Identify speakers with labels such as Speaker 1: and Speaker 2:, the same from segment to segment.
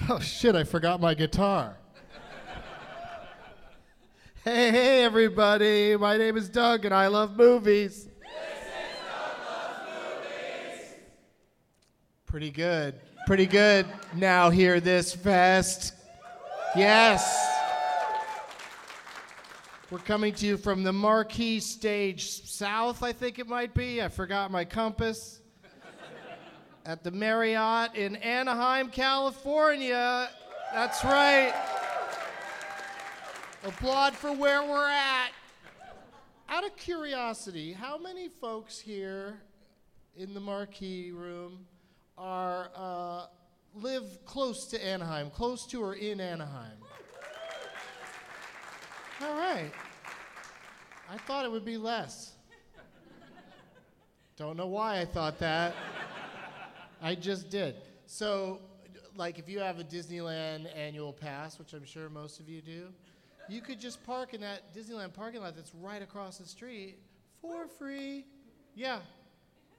Speaker 1: Oh shit, I forgot my guitar. hey, hey everybody. My name is Doug and I love movies. This is Doug Loves Movies. Pretty good. Pretty good. Now hear this fest. Yes. We're coming to you from the Marquee Stage South, I think it might be. I forgot my compass at the Marriott in Anaheim, California. That's right. Applaud for where we're at. Out of curiosity, how many folks here in the marquee room are uh, live close to Anaheim, close to or in Anaheim? All right. I thought it would be less. Don't know why I thought that. I just did. So, like, if you have a Disneyland annual pass, which I'm sure most of you do, you could just park in that Disneyland parking lot that's right across the street for free. Yeah.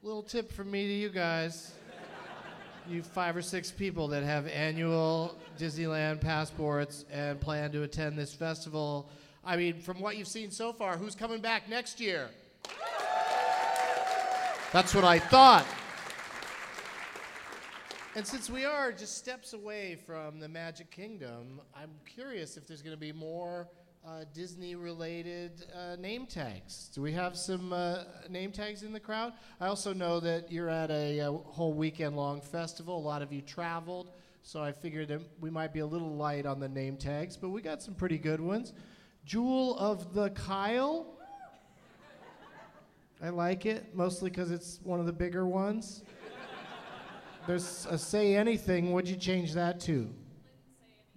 Speaker 1: Little tip from me to you guys. You five or six people that have annual Disneyland passports and plan to attend this festival. I mean, from what you've seen so far, who's coming back next year? That's what I thought. And since we are just steps away from the Magic Kingdom, I'm curious if there's going to be more uh, Disney related uh, name tags. Do we have some uh, name tags in the crowd? I also know that you're at a, uh whole weekend long festival. A lot of you traveled, so I figured that we might be a little light on the name tags, but we got some pretty good ones. Jewel of the Kyle. I like it, mostly because it's one of the bigger ones. There's a say anything. What'd you change that to?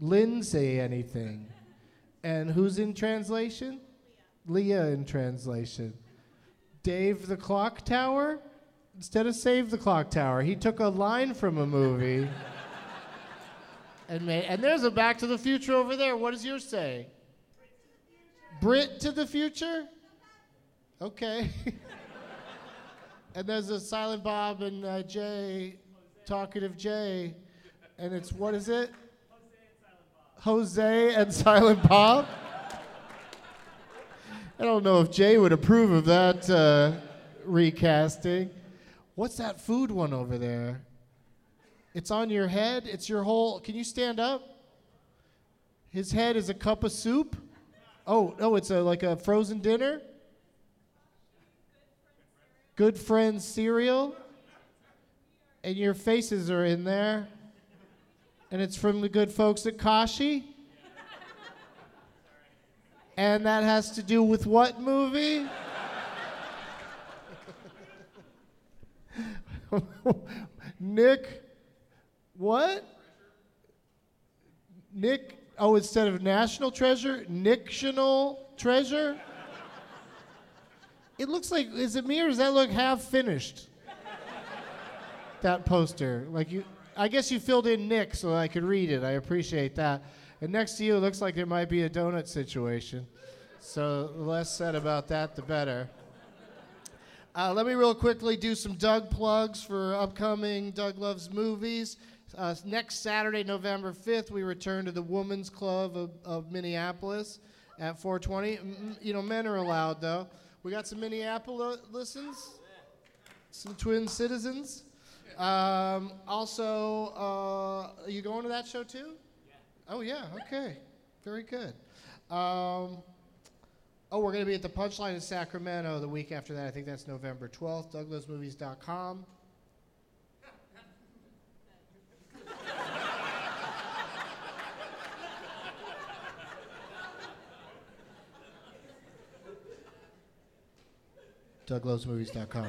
Speaker 1: Lynn say anything. And who's in translation? Leah. in translation. Dave the Clock Tower? Instead of Save the Clock Tower, he took a line from a movie. and, made, and there's a Back to the Future over there. What does yours say? Brit to the future? Okay. and there's a Silent Bob and uh, Jay, talkative Jay, and it's what is it? Jose and Silent Bob. I don't know if Jay would approve of that uh, recasting. What's that food one over there? It's on your head. It's your whole. Can you stand up? His head is a cup of soup. Oh, oh, it's a like a frozen dinner. Good Friends cereal, and your faces are in there, and it's from the good folks at Kashi. And that has to do with what movie? Nick, what? Nick, oh, instead of national treasure, nictional treasure? It looks like is it me or does that look half finished? that poster. Like you I guess you filled in Nick so I could read it. I appreciate that. And next to you it looks like there might be a donut situation. So the less said about that the better. Uh, let me real quickly do some Doug plugs for upcoming Doug Loves movies. Uh, next Saturday, November 5th, we return to the Woman's Club of, of Minneapolis at 420. Mm, you know, men are allowed, though. We got some Minneapolisans, some twin citizens. Um, also, uh, are you going to that show, too? Oh, yeah, okay. Very good. Um, Oh, we're going to be at the Punchline in Sacramento the week after that. I think that's November 12th. DouglasMovies.com. DouglasMovies.com.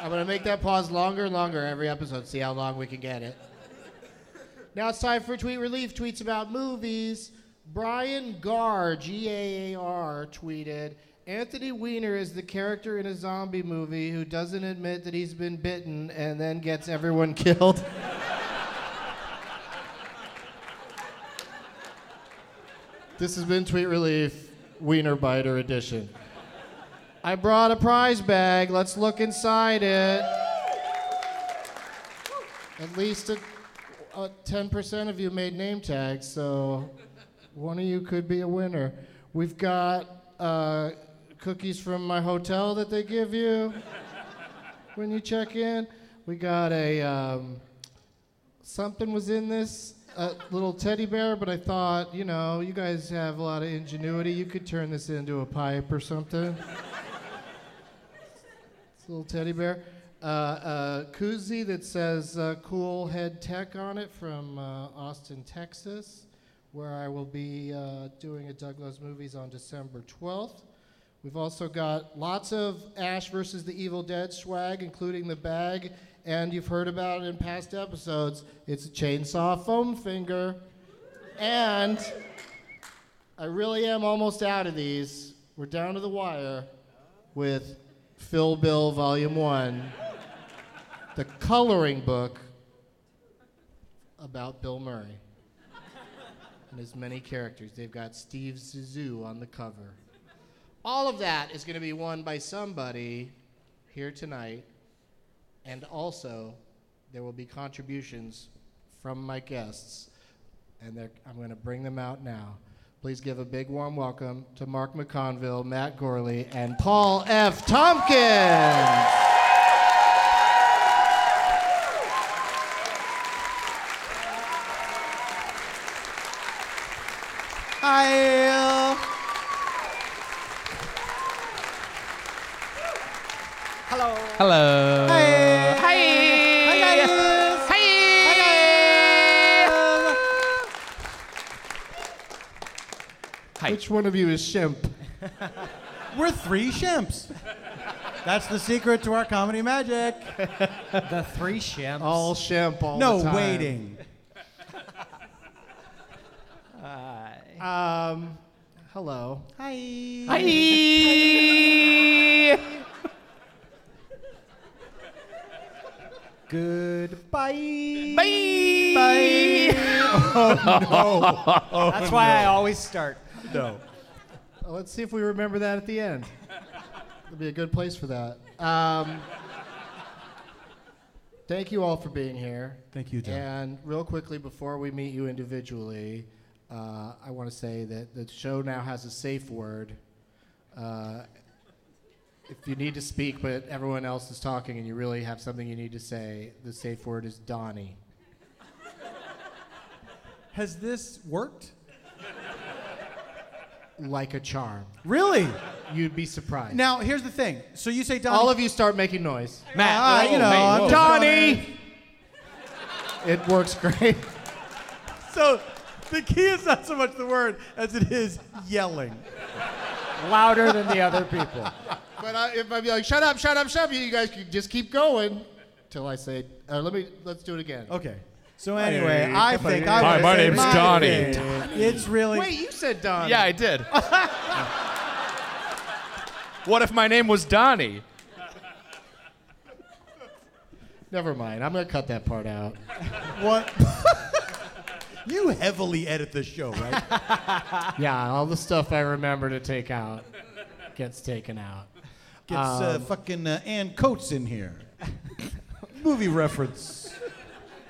Speaker 1: I'm going to make that pause longer and longer every episode, see how long we can get it. Now it's time for tweet relief tweets about movies. Brian Gar, G A A R, tweeted Anthony Weiner is the character in a zombie movie who doesn't admit that he's been bitten and then gets everyone killed. this has been Tweet Relief, Wiener Biter Edition. I brought a prize bag. Let's look inside it. At least a, uh, 10% of you made name tags, so one of you could be a winner. We've got uh, cookies from my hotel that they give you when you check in. We got a um, something was in this a little teddy bear, but I thought, you know, you guys have a lot of ingenuity. You could turn this into a pipe or something. It's a little teddy bear. Uh, a koozie that says uh, Cool Head Tech on it from uh, Austin, Texas, where I will be uh, doing a Douglas Movies on December 12th. We've also got lots of Ash versus the Evil Dead swag, including the bag, and you've heard about it in past episodes. It's a chainsaw foam finger. And I really am almost out of these. We're down to the wire with Phil Bill Volume 1, the coloring book about Bill Murray and his many characters. They've got Steve Zissou on the cover. All of that is going to be won by somebody here tonight, and also there will be contributions from my guests, and they're- I'm going to bring them out now. Please give a big warm welcome to Mark McConville, Matt Gorley, and Paul F. Tompkins. Hi.
Speaker 2: Hello.
Speaker 3: Hello. Hi. Hi.
Speaker 2: Hi, guys.
Speaker 3: Hi. Hi.
Speaker 1: Which one of you is Shemp?
Speaker 2: We're three shimps. That's the secret to our comedy magic.
Speaker 3: The three shams.
Speaker 1: All Shemp all
Speaker 2: no
Speaker 1: the time.
Speaker 2: waiting.
Speaker 1: Um, hello.
Speaker 2: Hi.
Speaker 3: Hi.
Speaker 2: Goodbye. Oh,
Speaker 3: Bye.
Speaker 4: That's why I always start.
Speaker 2: No.
Speaker 1: Uh, Let's see if we remember that at the end. It'll be a good place for that. Um, thank you all for being here.
Speaker 2: Thank you, Doug.
Speaker 1: And real quickly, before we meet you individually, uh, I want to say that the show now has a safe word. Uh, if you need to speak, but everyone else is talking and you really have something you need to say, the safe word is Donnie.
Speaker 2: Has this worked?
Speaker 1: Like a charm.
Speaker 2: Really?
Speaker 1: You'd be surprised.
Speaker 2: Now, here's the thing. So you say Donnie.
Speaker 1: all of you start making noise.
Speaker 3: Matt,
Speaker 2: Ah, you
Speaker 3: oh,
Speaker 2: know,
Speaker 3: hey,
Speaker 2: I'm
Speaker 3: whoa.
Speaker 2: just gonna-
Speaker 1: It works great.
Speaker 2: So the key is not so much the word as it is yelling.
Speaker 4: Louder than the other people.
Speaker 1: But I, if I'd be like, shut up, shut up, shut up, you guys can just keep going till I say, uh, let me, let's do it again.
Speaker 2: Okay. So anyway, I think I
Speaker 3: Hi,
Speaker 2: would
Speaker 3: my
Speaker 2: say
Speaker 3: name's
Speaker 2: my
Speaker 3: Donnie.
Speaker 2: thing. It's really
Speaker 1: Wait, you said Don.
Speaker 3: Yeah, I did. what if my name was Donnie?
Speaker 1: Never mind. I'm going to cut that part out.
Speaker 2: what. you heavily edit this show, right?
Speaker 1: yeah, all the stuff I remember to take out gets taken out.
Speaker 2: Gets
Speaker 4: Um,
Speaker 2: uh, fucking uh, Ann Coates in here. Movie reference.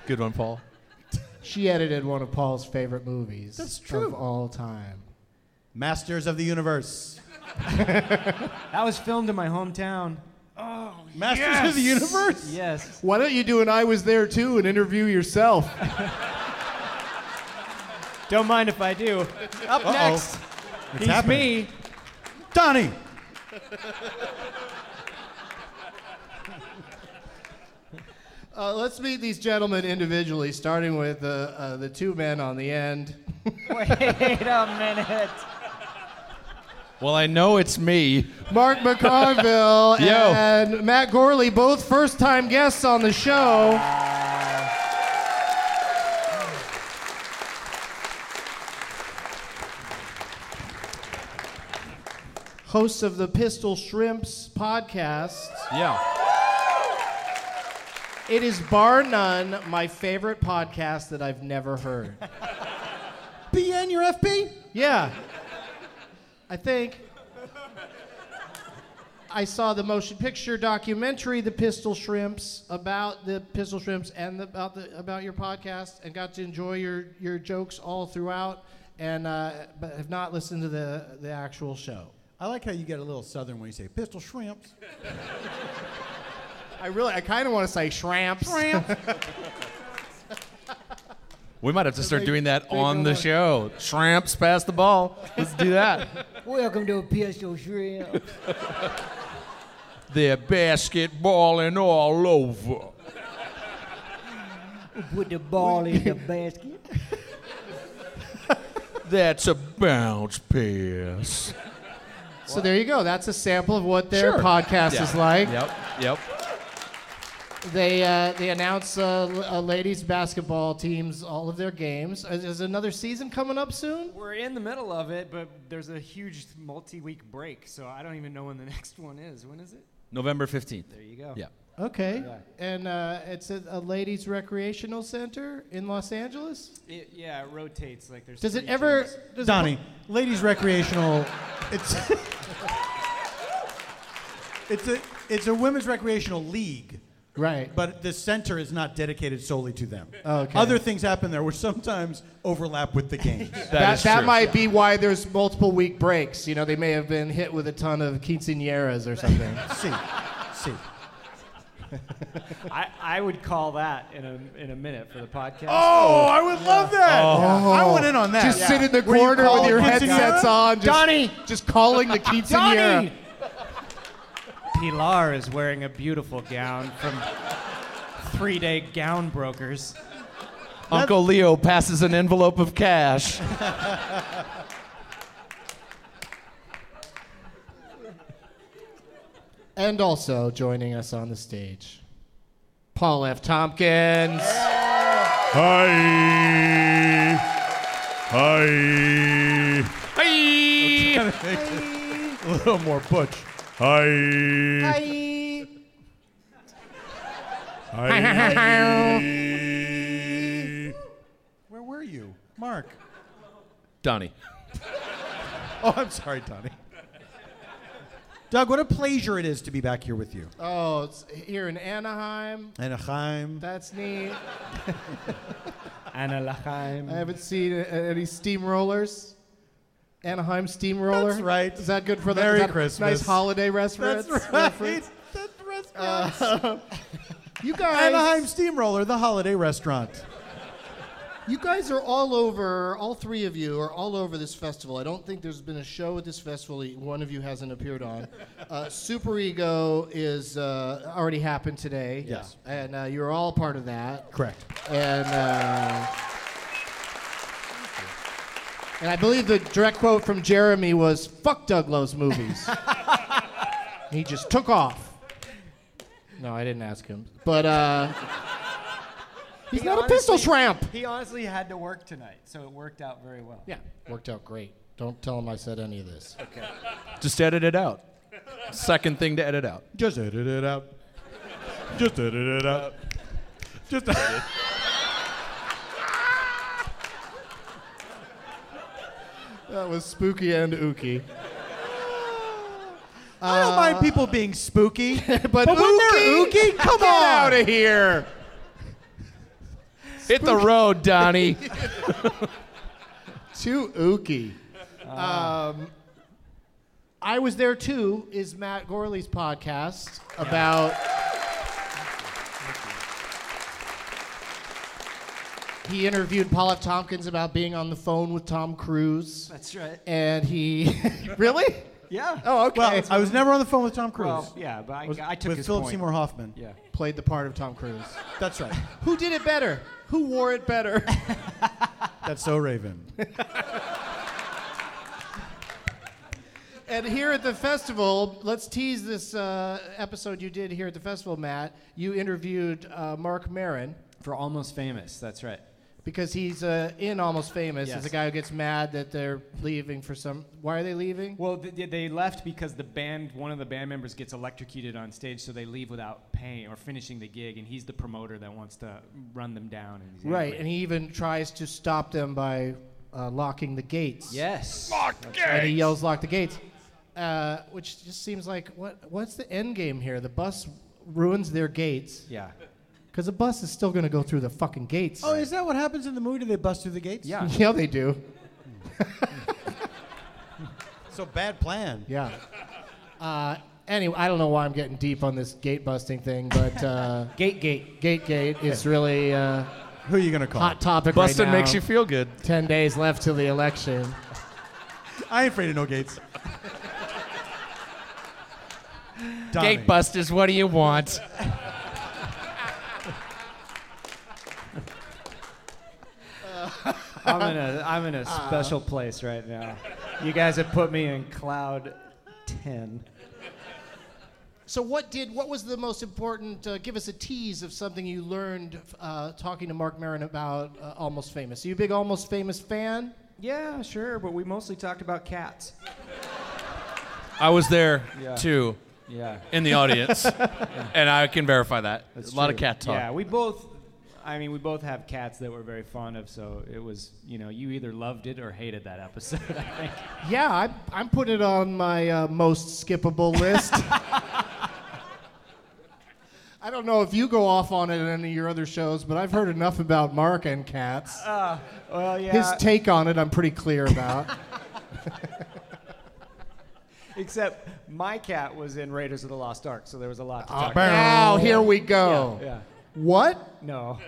Speaker 3: Good one, Paul.
Speaker 1: She edited one of Paul's favorite movies.
Speaker 2: That's true.
Speaker 1: Of all time.
Speaker 2: Masters of the Universe.
Speaker 4: That was filmed in my hometown. Oh,
Speaker 2: Masters of the Universe.
Speaker 4: Yes.
Speaker 1: Why don't you do an I Was There Too and interview yourself?
Speaker 4: Don't mind if I do. Up next,
Speaker 2: It's
Speaker 4: he's
Speaker 2: happening.
Speaker 4: me.
Speaker 2: Donnie.
Speaker 1: Uh, let's meet these gentlemen individually, starting with uh, uh, the two men on the end.
Speaker 4: Wait a minute.
Speaker 3: Well, I know it's me.
Speaker 1: Mark McConville
Speaker 3: Yo.
Speaker 1: and Matt Gorley, both first time guests on the show. Hosts of the Pistol Shrimps podcast.
Speaker 3: Yeah.
Speaker 1: It is bar none my favorite podcast that I've never heard.
Speaker 2: BN your FP.
Speaker 1: Yeah. I think I saw the motion picture documentary, The Pistol Shrimps, about the Pistol Shrimps and the, about the about your podcast, and got to enjoy your your jokes all throughout, and uh, but have not listened to the the actual show.
Speaker 2: I like how you get a little southern when you say pistol shrimps.
Speaker 1: I really, I kind of want to say shrimps.
Speaker 3: We might have to start
Speaker 1: They-
Speaker 3: doing that
Speaker 1: they
Speaker 3: on
Speaker 1: go
Speaker 3: the
Speaker 1: on.
Speaker 3: show. Shrimps pass the ball. Let's do that.
Speaker 4: Welcome to a PSO shrimp.
Speaker 3: They're basketballing all over.
Speaker 4: Put the ball in the basket.
Speaker 3: That's a bounce pass.
Speaker 1: So there you go. That's a sample of what their
Speaker 3: Sure.
Speaker 1: podcast
Speaker 3: Yeah.
Speaker 1: is like.
Speaker 3: Yep. Yep.
Speaker 1: They uh, they announce uh, l- uh, ladies basketball teams all of their games. Is, is another season coming up soon?
Speaker 4: We're in the middle of it, but there's a huge multi-week break, so I don't even know when the next one is. When is it?
Speaker 3: November 15th.
Speaker 4: There you go.
Speaker 3: Yeah.
Speaker 1: Okay. And uh, it's a, a ladies recreational center in Los Angeles.
Speaker 4: It, yeah, it rotates like there's.
Speaker 1: Does it
Speaker 4: three
Speaker 1: ever?
Speaker 4: teams.
Speaker 1: Does
Speaker 2: Donnie, ladies recreational. It's it's a it's a women's recreational league,
Speaker 1: It, right.
Speaker 2: but the center is not dedicated solely to them.
Speaker 1: Okay.
Speaker 2: Other things happen there, which sometimes overlap with the games.
Speaker 3: is
Speaker 1: that, that
Speaker 3: true.
Speaker 1: might be why there's multiple week breaks. You know, they may have been hit with a ton of quinceañeras or something.
Speaker 2: see, see.
Speaker 4: I, I would call that in a in a minute for the podcast.
Speaker 2: Oh, I would love that. I went in on that.
Speaker 1: Oh. just sit in the
Speaker 2: Were you
Speaker 1: corner with
Speaker 2: calling
Speaker 1: your
Speaker 2: quinceañera?
Speaker 1: headsets on, just,
Speaker 4: Donnie!
Speaker 1: just calling the quinceañera.
Speaker 4: Donnie! Pilar is wearing a beautiful gown from Three Day Gown Brokers.
Speaker 3: Uncle Leo passes an envelope of cash.
Speaker 1: And also joining us on the stage, Paul F. Tompkins.
Speaker 5: Hi. Hi.
Speaker 2: A little more butch.
Speaker 5: Hi. Hi.
Speaker 2: Where were you, Mark?
Speaker 3: Donnie.
Speaker 2: Oh, I'm sorry, Donnie. Doug, what a pleasure it is to be back here with you.
Speaker 1: Oh, it's here in Anaheim.
Speaker 2: Anaheim.
Speaker 1: That's neat.
Speaker 4: Anna Lachaim.
Speaker 1: I haven't seen a- a- any steamrollers. Anaheim Steamroller.
Speaker 2: That's right.
Speaker 1: Is that good for the
Speaker 2: Merry
Speaker 1: is that a
Speaker 2: Christmas.
Speaker 1: Nice holiday restaurant.
Speaker 2: That's right. That's restaurant.
Speaker 4: Uh,
Speaker 1: You guys.
Speaker 2: Anaheim Steamroller, the holiday restaurant.
Speaker 1: You guys are all over, all three of you are all over this festival. I don't think there's been a show at this festival that one of you hasn't appeared on. Uh, Super Ego is uh, already happened today.
Speaker 2: Yes.
Speaker 1: And uh, you're all part of that.
Speaker 2: Correct.
Speaker 1: And, uh, and I believe the direct quote from Jeremy was fuck Doug Lowe's movies. he just took off. No, I didn't ask him. But uh, he's not a pistol shrimp.
Speaker 4: He honestly had to work tonight, so it worked out very well.
Speaker 1: Yeah, worked out great. Don't tell him I said any of this.
Speaker 3: Just edit it out. Second thing to edit out.
Speaker 2: Just edit it out.
Speaker 5: Just edit it out.
Speaker 2: Just edit.
Speaker 1: That was spooky and ooky.
Speaker 2: I
Speaker 4: Uh,
Speaker 2: don't mind people being spooky, but,
Speaker 1: But,
Speaker 2: when they're ooky, come on.
Speaker 1: of here.
Speaker 3: Hit the road, Donnie.
Speaker 1: Too ooky. Um, I was there too. Is Matt Gorley's podcast about? He interviewed Paul F. Tompkins about being on the phone with Tom Cruise,
Speaker 4: That's right.
Speaker 1: and he really.
Speaker 4: Yeah.
Speaker 1: Oh, okay.
Speaker 2: Well, I was never on the phone with Tom Cruise.
Speaker 4: Well, yeah, but I,
Speaker 2: Was-
Speaker 4: I took
Speaker 2: with
Speaker 4: his
Speaker 2: Philip
Speaker 4: point.
Speaker 2: Seymour Hoffman.
Speaker 4: Yeah.
Speaker 1: played the part of Tom Cruise.
Speaker 2: That's right.
Speaker 1: Who did it better? Who wore it better?
Speaker 2: That's so Raven.
Speaker 1: and here at the festival, let's tease this uh, episode you did here at the festival, Matt. You interviewed uh, Mark Marin
Speaker 4: For Almost Famous, that's right.
Speaker 1: because he's uh, in Almost Famous
Speaker 4: Yes.
Speaker 1: as a guy who gets mad that they're leaving for some. Why are they leaving?
Speaker 4: Well, th- they left because the band, one of the band members gets electrocuted on stage, so they leave without paying or finishing the gig, and he's the promoter that wants to run them down. And he's
Speaker 1: right,
Speaker 4: angry.
Speaker 1: and he even tries to stop them by uh, locking the gates.
Speaker 4: yes.
Speaker 1: and he yells, "Lock the gates," uh, which just seems like what? What's the end game here? The bus ruins their gates.
Speaker 4: Yeah.
Speaker 1: Because the bus is still going to go through the fucking gates.
Speaker 2: Oh, is that what happens in the movie? Do they bust through the gates?
Speaker 4: Yeah.
Speaker 1: yeah, they do.
Speaker 2: So bad plan.
Speaker 1: Yeah. Uh, anyway, I don't know why I'm getting deep on this gate busting thing, but uh, gate gate gate gate is really uh,
Speaker 2: Who are you gonna call?
Speaker 1: hot topic
Speaker 3: Bustin'
Speaker 1: right now.
Speaker 3: makes you feel good.
Speaker 1: Ten days left till the election.
Speaker 2: I ain't afraid of no gates. Donnie.
Speaker 3: Gate busters, what do you want?
Speaker 4: I'm in a I'm in a special place right now. You guys have put me in cloud ten.
Speaker 1: So what did what was the most important? Uh, give us a tease of something you learned uh, talking to Mark Marin about uh, Almost Famous. Are you a big Almost Famous fan?
Speaker 4: Yeah, sure, but we mostly talked about cats.
Speaker 3: I was there
Speaker 4: Yeah.
Speaker 3: too,
Speaker 4: Yeah.
Speaker 3: in the audience, and I can verify that. a lot of cat talk.
Speaker 4: Yeah, we both. I mean, we both have cats that we're very fond of, so it was, you know, you either loved it or hated that episode. I think.
Speaker 1: Yeah, I, I'm putting it on my uh, most skippable list. I don't know if you go off on it in any of your other shows, but I've heard enough about Mark and Cats.
Speaker 4: Well, yeah.
Speaker 1: His take on it, I'm pretty clear about.
Speaker 4: except my cat was in Raiders of the Lost Ark, so there was a lot to talk. about.
Speaker 1: now, here we go.
Speaker 4: Yeah.
Speaker 1: What?
Speaker 4: No.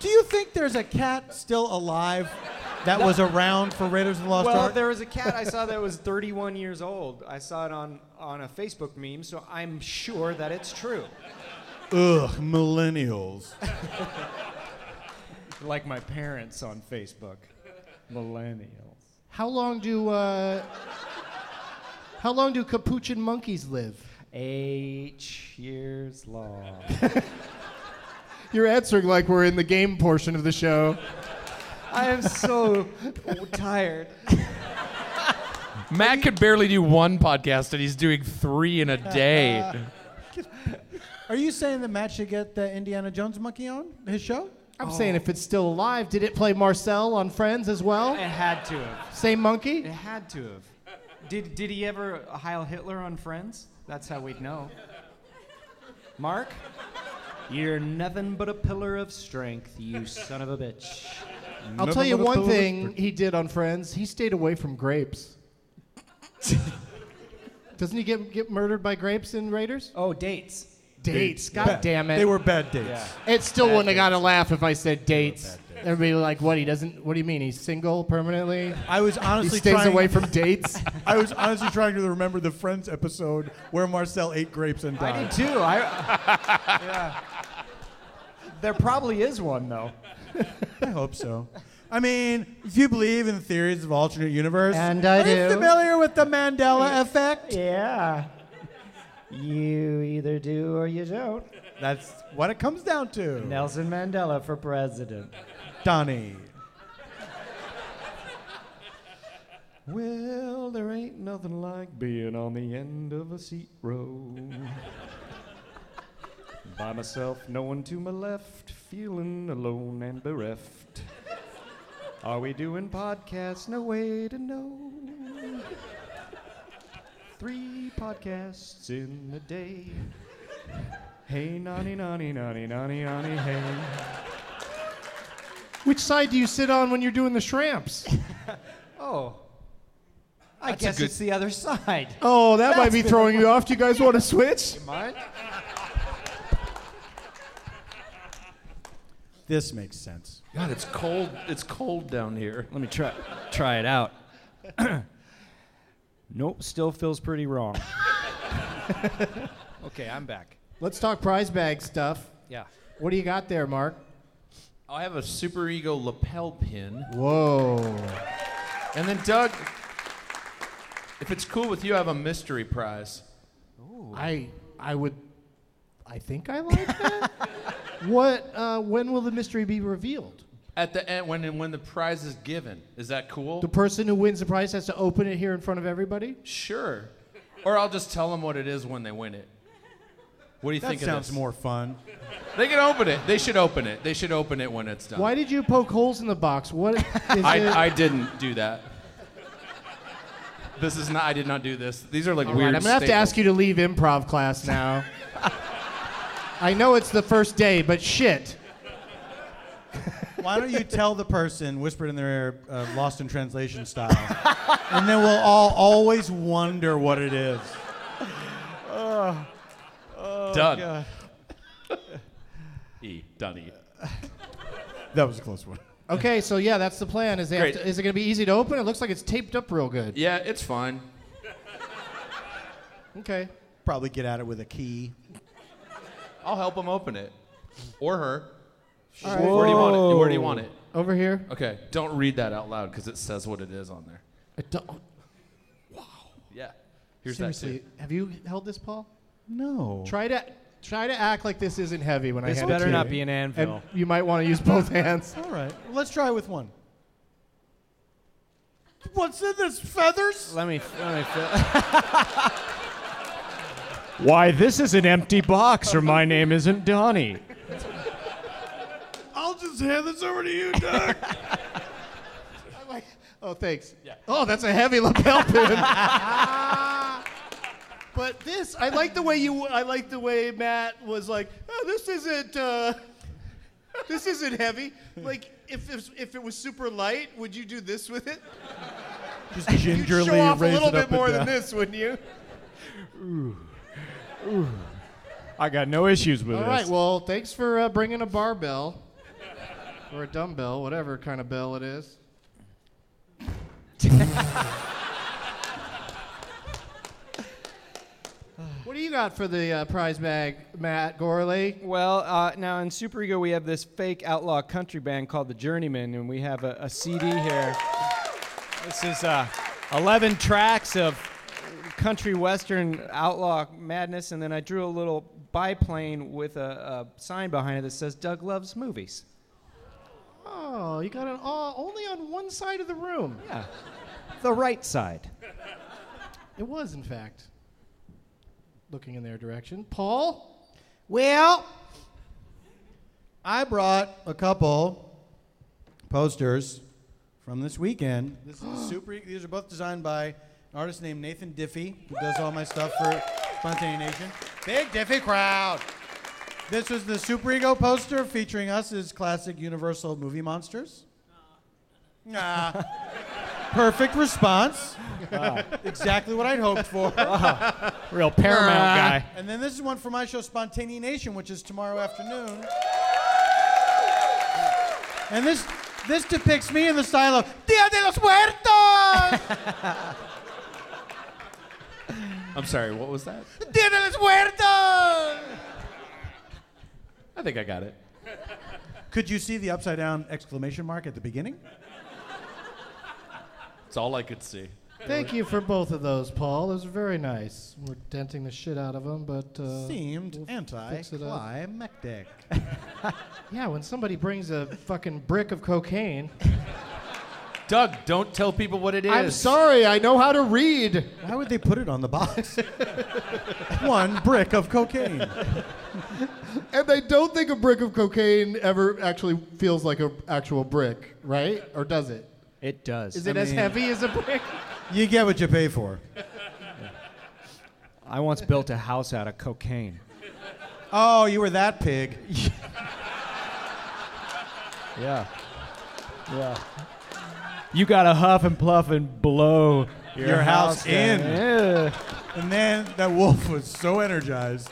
Speaker 2: Do you think there's a cat still alive That was around for Raiders of the Lost
Speaker 4: Well,
Speaker 2: Ark.
Speaker 4: there was a cat I saw that was 31 years old. I saw it on, on a Facebook meme, so I'm sure that it's true.
Speaker 2: Ugh, millennials.
Speaker 4: Like my parents on Facebook, millennials.
Speaker 1: How long do uh, how long do capuchin monkeys live?
Speaker 4: Eight years long.
Speaker 1: You're answering like we're in the game portion of the show.
Speaker 4: I am so tired.
Speaker 3: Matt could barely do one podcast, and he's doing three in a day.
Speaker 2: Are you saying that Matt should get the Indiana Jones monkey on his show?
Speaker 1: I'm saying if it's still alive, did it play Marcel on Friends as
Speaker 4: It
Speaker 1: well?
Speaker 4: had to have.
Speaker 1: Same
Speaker 4: It
Speaker 1: monkey?
Speaker 4: had to have. Did, did he ever Heil Hitler on Friends? That's how we'd know. Mark, you're nothing but a pillar of strength, you son of a bitch.
Speaker 1: I'll tell you one thing he did on Friends. He stayed away from grapes. Doesn't he get get murdered by grapes in Raiders?
Speaker 4: Oh, dates.
Speaker 1: Dates, god damn it.
Speaker 2: They were bad dates.
Speaker 1: It still wouldn't have got a laugh if I said dates. Everybody would be like, what? He doesn't. What do you mean? He's single permanently.
Speaker 2: I was
Speaker 1: He
Speaker 2: honestly
Speaker 1: stays
Speaker 2: trying,
Speaker 1: away from dates.
Speaker 2: I was honestly trying to remember the Friends episode where Marcel ate grapes and
Speaker 4: I
Speaker 2: died.
Speaker 4: did too. I, yeah. There probably is one though.
Speaker 2: I hope so. I mean, if you believe in theories of alternate universe,
Speaker 1: And I
Speaker 2: are you
Speaker 1: do.
Speaker 2: familiar with the Mandela effect?
Speaker 4: Yeah. You either do or you don't.
Speaker 2: That's what it comes down to.
Speaker 4: Nelson Mandela for president.
Speaker 2: Donnie.
Speaker 4: Well, there ain't nothing like being on the end of a seat row. By myself, no one to my left, feeling alone and bereft. Are we doing podcasts? No way to know. Three podcasts in a day. Hey, nani, nani, nani, nani, nani, hey.
Speaker 1: Which side do you sit on when you're doing the shramps?
Speaker 4: Oh. I
Speaker 3: That's a guess good- it's
Speaker 4: the other side.
Speaker 1: Oh, that might be throwing you off. Do you guys want to switch?
Speaker 4: Mine?
Speaker 2: This makes sense.
Speaker 3: God, it's cold. It's cold down here.
Speaker 4: Let me try try it out. nope, still feels pretty wrong. okay, I'm back.
Speaker 1: Let's talk prize bag stuff.
Speaker 4: Yeah.
Speaker 1: What do you got there, Mark?
Speaker 3: I have a Super Ego lapel pin,
Speaker 1: Whoa.
Speaker 3: and then Doug, if it's cool with you, I have a mystery prize.
Speaker 1: I I would. I think I like that. what? Uh, when will the mystery be revealed?
Speaker 3: At the end, when when the prize is given, is that cool?
Speaker 1: The person who wins the prize has to open it here in front of everybody.
Speaker 3: Sure. Or I'll just tell them what it is when they win it. What do you
Speaker 2: That
Speaker 3: think
Speaker 2: sounds
Speaker 3: of this?
Speaker 2: more fun.
Speaker 3: They can open it. They should open it. They should open it when it's done.
Speaker 1: Why did you poke holes in the box? What is it?
Speaker 3: I, I didn't do that. This is not. I did not do this. These are like
Speaker 1: All right,
Speaker 3: weird.
Speaker 1: I'm gonna have to ask you to leave improv class now. I know it's the first day, but shit.
Speaker 2: Why don't you tell the person, whisper it in their ear, uh, lost in translation style, and then we'll all always wonder what it is.
Speaker 3: Done.
Speaker 1: Oh,
Speaker 3: E. Done. E.
Speaker 2: That was a close one.
Speaker 1: Okay, so yeah, that's the plan. Is, they have
Speaker 3: Great.
Speaker 1: to- is it gonna be easy to open? It looks like it's taped up real good.
Speaker 3: Yeah, it's fine.
Speaker 1: Okay.
Speaker 2: Probably get at it with a key.
Speaker 3: I'll help them open it, or her. Where do you want it? Where do you want it?
Speaker 1: Over here.
Speaker 3: Okay. Don't read that out loud because it says what it is on there.
Speaker 1: I don't- oh,
Speaker 3: Yeah. Here's that
Speaker 1: seriously,
Speaker 3: too.
Speaker 1: have you held this, Paul?
Speaker 2: No.
Speaker 1: Try to try to act like this isn't heavy when I
Speaker 4: This
Speaker 1: hand it
Speaker 4: better
Speaker 1: to
Speaker 4: not
Speaker 1: you.
Speaker 4: be an anvil.
Speaker 1: And you might want to use both hands.
Speaker 2: All right. Let's try with one. What's in this? Feathers?
Speaker 4: Let me let me fill Why this is an empty box or my name isn't Donnie.
Speaker 2: I'll just hand this over to you, Doug.
Speaker 1: I'm like, oh, thanks. Oh, that's a heavy lapel pin. but this, I like the way you. I like the way Matt was like, oh, this isn't. Uh, this isn't heavy. Like, if it's, if it was super light, would you do this with it?
Speaker 2: just
Speaker 1: You'd
Speaker 2: gingerly
Speaker 1: show off a
Speaker 2: raise
Speaker 1: little
Speaker 2: it up
Speaker 1: bit more
Speaker 2: and
Speaker 1: than
Speaker 2: down.
Speaker 1: this, wouldn't you?
Speaker 4: I got no issues with
Speaker 1: All right. Well, thanks for uh, bringing a barbell or a dumbbell, whatever kind of bell it is. What do you got for the uh, prize bag, Matt Gorley?
Speaker 4: Well, uh, now in Super Ego, we have this fake outlaw country band called The Journeymen, and we have a, a CD here. This is uh, 11 tracks of country western outlaw madness, and then I drew a little biplane with a, a sign behind it that says Doug Loves Movies.
Speaker 1: Oh, you got an aw only on one side of the room.
Speaker 4: Yeah. The right side.
Speaker 1: It was, in fact, looking in their direction. Paul?
Speaker 2: Well, I brought a couple posters from this weekend. This is super. e-, These are both designed by an artist named Nathan Diffie, who does all my stuff for Spontaneous Nation. Big Diffie crowd. This was the Super Ego poster featuring us as classic Universal movie monsters. Nah. Perfect response. Exactly what I'd hoped for.
Speaker 4: Real Paramount guy.
Speaker 2: And then this is one for my show, Spontaneous Nation, which is tomorrow afternoon. And this this depicts me in the style of Dia de los Muertos!
Speaker 3: I'm sorry, what was that?
Speaker 2: Dia de los Muertos!
Speaker 3: I think I got it.
Speaker 2: Could you see the upside down exclamation mark at the beginning?
Speaker 3: It's all I could see.
Speaker 1: Thank you for both of those, Paul. Those are very nice. We're denting the shit out of them, but. Uh,
Speaker 2: Seemed
Speaker 1: fix it up.
Speaker 2: anticlimactic.
Speaker 1: Yeah, when somebody brings a fucking brick of cocaine.
Speaker 3: Doug, don't tell people what it is.
Speaker 1: I'm sorry, I know how to read.
Speaker 2: Why would they put it on the box? one brick of cocaine.
Speaker 1: And I don't think a brick of cocaine ever actually feels like an actual brick, right? Or does it?
Speaker 4: It does.
Speaker 1: Is it as heavy as a brick?
Speaker 2: You get what you pay for.
Speaker 4: I once built a house out of cocaine.
Speaker 2: Oh, you were that pig.
Speaker 4: Yeah. Yeah. You gotta huff and puff and blow your,
Speaker 2: Your house
Speaker 4: down.
Speaker 2: in.
Speaker 4: Yeah.
Speaker 2: And then that wolf was so energized.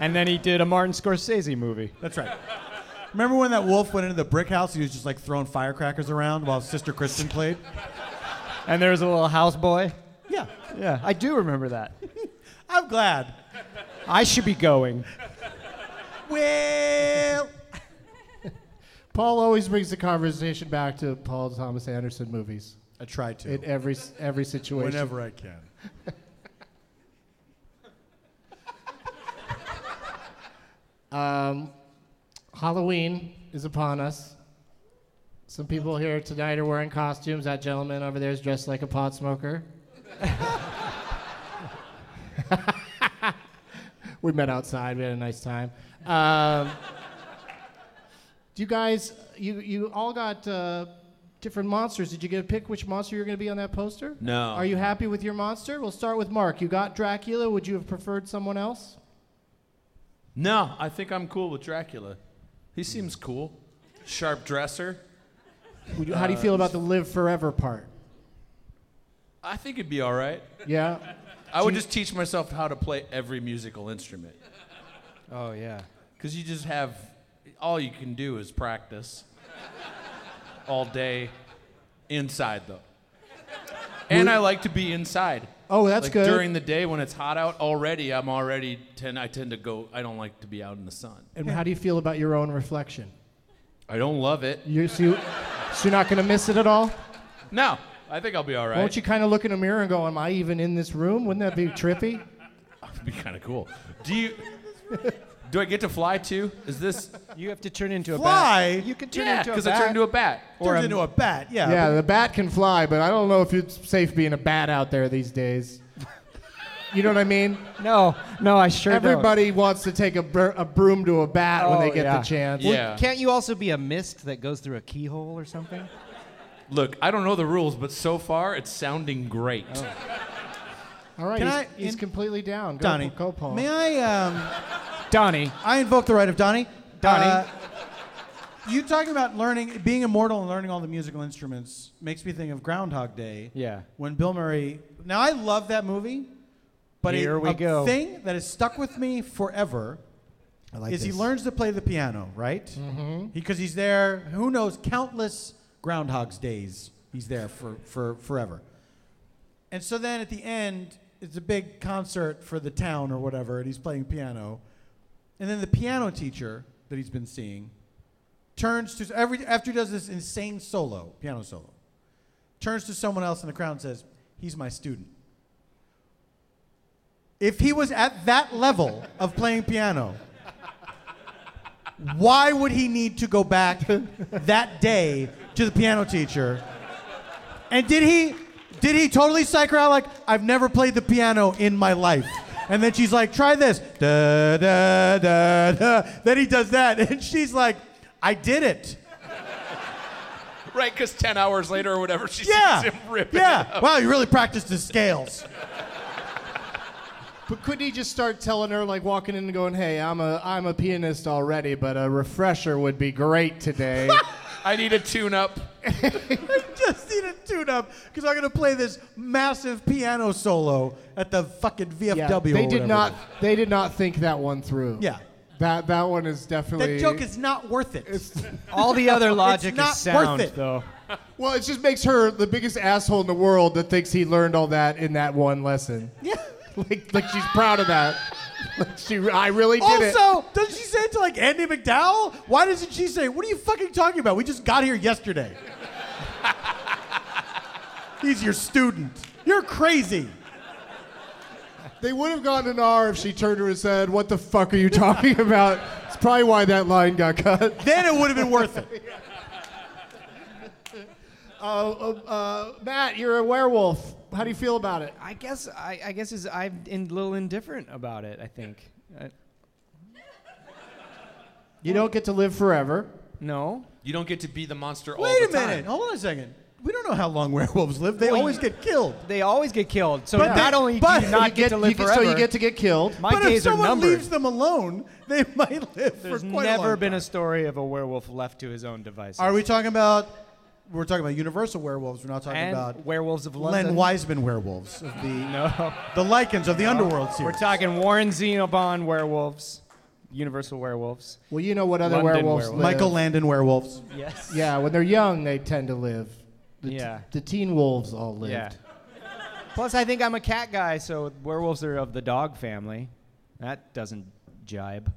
Speaker 4: And then he did a Martin Scorsese movie.
Speaker 2: That's right. Remember when that wolf went into the brick house? He was just like throwing firecrackers around while Sister Kristen played.
Speaker 4: And there was a little houseboy.
Speaker 2: Yeah,
Speaker 4: Yeah, I do remember that.
Speaker 2: I'm glad.
Speaker 4: I should be going.
Speaker 2: Well,
Speaker 1: Paul always brings the conversation back to Paul Thomas Anderson movies
Speaker 2: I try to
Speaker 1: in every every situation.
Speaker 2: whenever I can.
Speaker 1: Um, Halloween is upon us. Some people here tonight are wearing costumes. That gentleman over there is dressed like a pot smoker. we met outside. We had a nice time. Um, do you guys, you, you all got uh, different monsters. Did you get to pick which monster you're going to be on that poster?
Speaker 3: No.
Speaker 1: Are you happy with your monster? We'll start with Mark. You got Dracula. Would you have preferred someone else?
Speaker 3: No, I think I'm cool with Dracula. He seems cool. Sharp dresser.
Speaker 1: Would you, how do you feel about the live forever part?
Speaker 3: I think it'd be all right.
Speaker 1: Yeah.
Speaker 3: I would just teach myself how to play every musical instrument.
Speaker 4: Oh yeah.
Speaker 3: Because you just have, all you can do is practice all day inside, though. And I like to be inside.
Speaker 1: Oh, that's
Speaker 3: Like,
Speaker 1: good.
Speaker 3: During the day when it's hot out already, I'm already, ten, I tend to go, I don't like to be out in the sun.
Speaker 1: and how do you feel about your own reflection?
Speaker 3: I don't love it.
Speaker 1: You, so, you, so you're not going to miss it at all?
Speaker 3: No, I think I'll be all right.
Speaker 1: Won't you kind of look in a mirror and go, Am I even in this room? Wouldn't that be trippy?
Speaker 3: That'd be kind of cool. Do you, do I get to fly too? Is this,
Speaker 4: You have to turn into a
Speaker 2: Fly?
Speaker 4: bat. You can turn
Speaker 3: yeah,
Speaker 4: into a
Speaker 3: because
Speaker 4: bat.
Speaker 3: I turned into a bat.
Speaker 2: Turns into a bat. Yeah.
Speaker 1: Yeah, the bat can fly, but I don't know if it's safe being a bat out there these days. You know what I mean?
Speaker 4: no, no, I sure
Speaker 1: Everybody wants to take a, br- a broom to a bat when
Speaker 4: Oh,
Speaker 1: they get
Speaker 4: yeah.
Speaker 1: the chance.
Speaker 3: Yeah. Well,
Speaker 4: Can't you also be a mist that goes through a keyhole or something?
Speaker 3: Look, I don't know the rules, but so far it's sounding great.
Speaker 1: All right,
Speaker 2: Can
Speaker 1: he's,
Speaker 2: I-
Speaker 1: he's
Speaker 2: in-
Speaker 1: completely down. Go,
Speaker 2: Donnie.
Speaker 1: go Paul.
Speaker 2: May I? Um,
Speaker 4: Donnie.
Speaker 2: I invoke the right of Donnie. Uh,
Speaker 4: Donnie.
Speaker 2: you talking about learning, being immortal and learning all the musical instruments makes me think of Groundhog Day.
Speaker 4: Yeah.
Speaker 2: When Bill Murray. Now I love that movie, but a-
Speaker 4: Here we
Speaker 2: a
Speaker 4: go.
Speaker 2: thing that has stuck with me forever
Speaker 1: I like
Speaker 2: is he
Speaker 1: this. Mm-hmm.
Speaker 2: learns to play the piano, right? Because he's there. Who knows? Countless Groundhog's days. He's there for, for forever. And so then at the end, it's a big concert for the town or whatever, and he's playing piano. And then the piano teacher that he's been seeing turns to every after he does this insane solo, piano solo, turns to someone else in the crowd and says, "He's my student." If he was at that level of playing piano, why would he need to go back that day to the piano teacher? And did he did he totally psych her out like I've never played the piano in my life? And then she's like, try this. Da, da, da, da. Then he does that. And she's like, I did it.
Speaker 3: Right, because 10 hours later or whatever, she
Speaker 2: Yeah.
Speaker 3: sees him ripping. it
Speaker 2: Yeah.
Speaker 3: up.
Speaker 2: Wow, you really practiced the scales.
Speaker 1: But couldn't he just start telling her, like walking in and going, "Hey, I'm a I'm a pianist already, but a refresher would be great today."
Speaker 3: I need a tune up.
Speaker 2: I just need a tune up because I'm going to play this massive piano solo at the fucking VFW.
Speaker 1: Yeah,
Speaker 2: or
Speaker 1: they did
Speaker 2: whatever.
Speaker 1: not they did not think that one through.
Speaker 2: Yeah.
Speaker 1: That that one is
Speaker 2: That
Speaker 1: definitely
Speaker 2: joke is not worth it.
Speaker 4: All the other logic
Speaker 2: not
Speaker 4: is sound,
Speaker 2: worth it.
Speaker 4: though.
Speaker 1: Well, it just makes her the biggest asshole in the world that thinks he learned all that in that one lesson.
Speaker 2: Yeah.
Speaker 1: Like like she's proud of that. Like she I really did it.
Speaker 2: Also, doesn't she say it to like Andy McDowell? Why doesn't she say, "What are you fucking talking about? We just got here yesterday." He's your student. You're crazy.
Speaker 1: They would have gotten an R if she turned to her and said, "What the fuck are you talking about?" It's probably why that line got cut.
Speaker 2: Then it would have been worth it.
Speaker 1: Uh, uh, Matt, you're a werewolf. How do you feel about it?
Speaker 4: I guess I, I guess is I'm in, little indifferent about it. I think. Uh,
Speaker 1: You don't get to live forever.
Speaker 4: no.
Speaker 3: You don't get to be the monster all
Speaker 2: Wait a
Speaker 3: the time.
Speaker 2: minute. Oh. Hold on a second. We don't know how long werewolves live. They
Speaker 4: Well,
Speaker 2: always
Speaker 4: you-
Speaker 2: get killed.
Speaker 4: They always get killed. So
Speaker 2: But
Speaker 4: not
Speaker 2: they-
Speaker 4: only
Speaker 2: but
Speaker 4: do you not
Speaker 2: you
Speaker 4: get, to live
Speaker 1: you get,
Speaker 4: forever,
Speaker 1: So you get to get killed.
Speaker 4: my
Speaker 2: but if
Speaker 4: days are
Speaker 2: someone
Speaker 4: numbered.
Speaker 2: leaves them alone, they might live
Speaker 4: There's
Speaker 2: for quite a
Speaker 4: never
Speaker 2: long
Speaker 4: been
Speaker 2: time.
Speaker 4: a story of a werewolf left to his own devices.
Speaker 2: Are we talking about? We're talking about universal werewolves. We're not talking
Speaker 4: and
Speaker 2: about
Speaker 4: werewolves of London?
Speaker 2: Len Wiseman werewolves of the
Speaker 4: No.
Speaker 2: the Lycans of the underworld series.
Speaker 4: We're talking Warren Zevon werewolves, Universal werewolves.
Speaker 1: Well, you know what other
Speaker 4: London
Speaker 1: werewolves
Speaker 4: werewolf.
Speaker 1: live.
Speaker 2: Michael Landon werewolves.
Speaker 4: Yes.
Speaker 1: Yeah, when they're young, they tend to live. The t-
Speaker 4: Yeah.
Speaker 1: the teen wolves all lived.
Speaker 4: Yeah. Plus, I think I'm a cat guy, so werewolves are of the dog family. That doesn't jibe.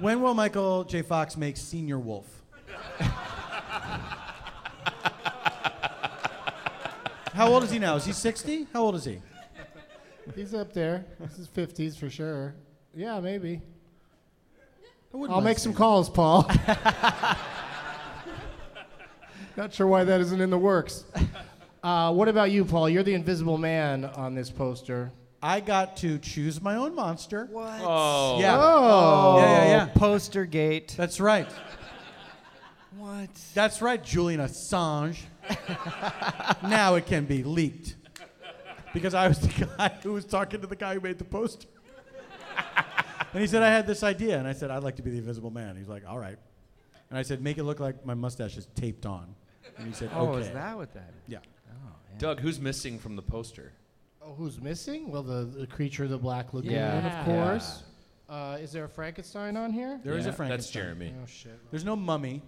Speaker 2: When will Michael J. Fox make Senior Wolf? How old is he now? Is he 60? How old is he?
Speaker 1: He's up there. This is 50s for sure. Yeah, maybe.
Speaker 2: I wouldn't
Speaker 1: I'll
Speaker 2: mind
Speaker 1: make some
Speaker 2: seeing-
Speaker 1: calls, Paul. Not sure why that isn't in the works. Uh, what about you, Paul? You're the invisible man on this poster.
Speaker 2: I got to choose my own monster. What?
Speaker 3: Oh.
Speaker 2: Yeah.
Speaker 1: Oh.
Speaker 2: Yeah, yeah, yeah.
Speaker 4: Poster gate.
Speaker 2: That's right.
Speaker 4: What?
Speaker 2: That's right, Julian Assange. now it can be leaked. Because I was the guy who was talking to the guy who made the poster. and he said, I had this idea. And I said, I'd like to be the invisible man. He's like, all right. And I said, make it look like my mustache is taped on. And he said,
Speaker 4: Oh,
Speaker 2: okay.
Speaker 4: is that what that?
Speaker 2: Yeah.
Speaker 3: Doug, who's missing from the poster?
Speaker 1: Oh, who's missing? Well, the, the creature of the Black Lagoon,
Speaker 4: Yeah.
Speaker 1: of course. Uh, is there a Frankenstein on here?
Speaker 2: There is a Frankenstein.
Speaker 3: That's Jeremy.
Speaker 1: Oh, shit.
Speaker 2: There's no mummy.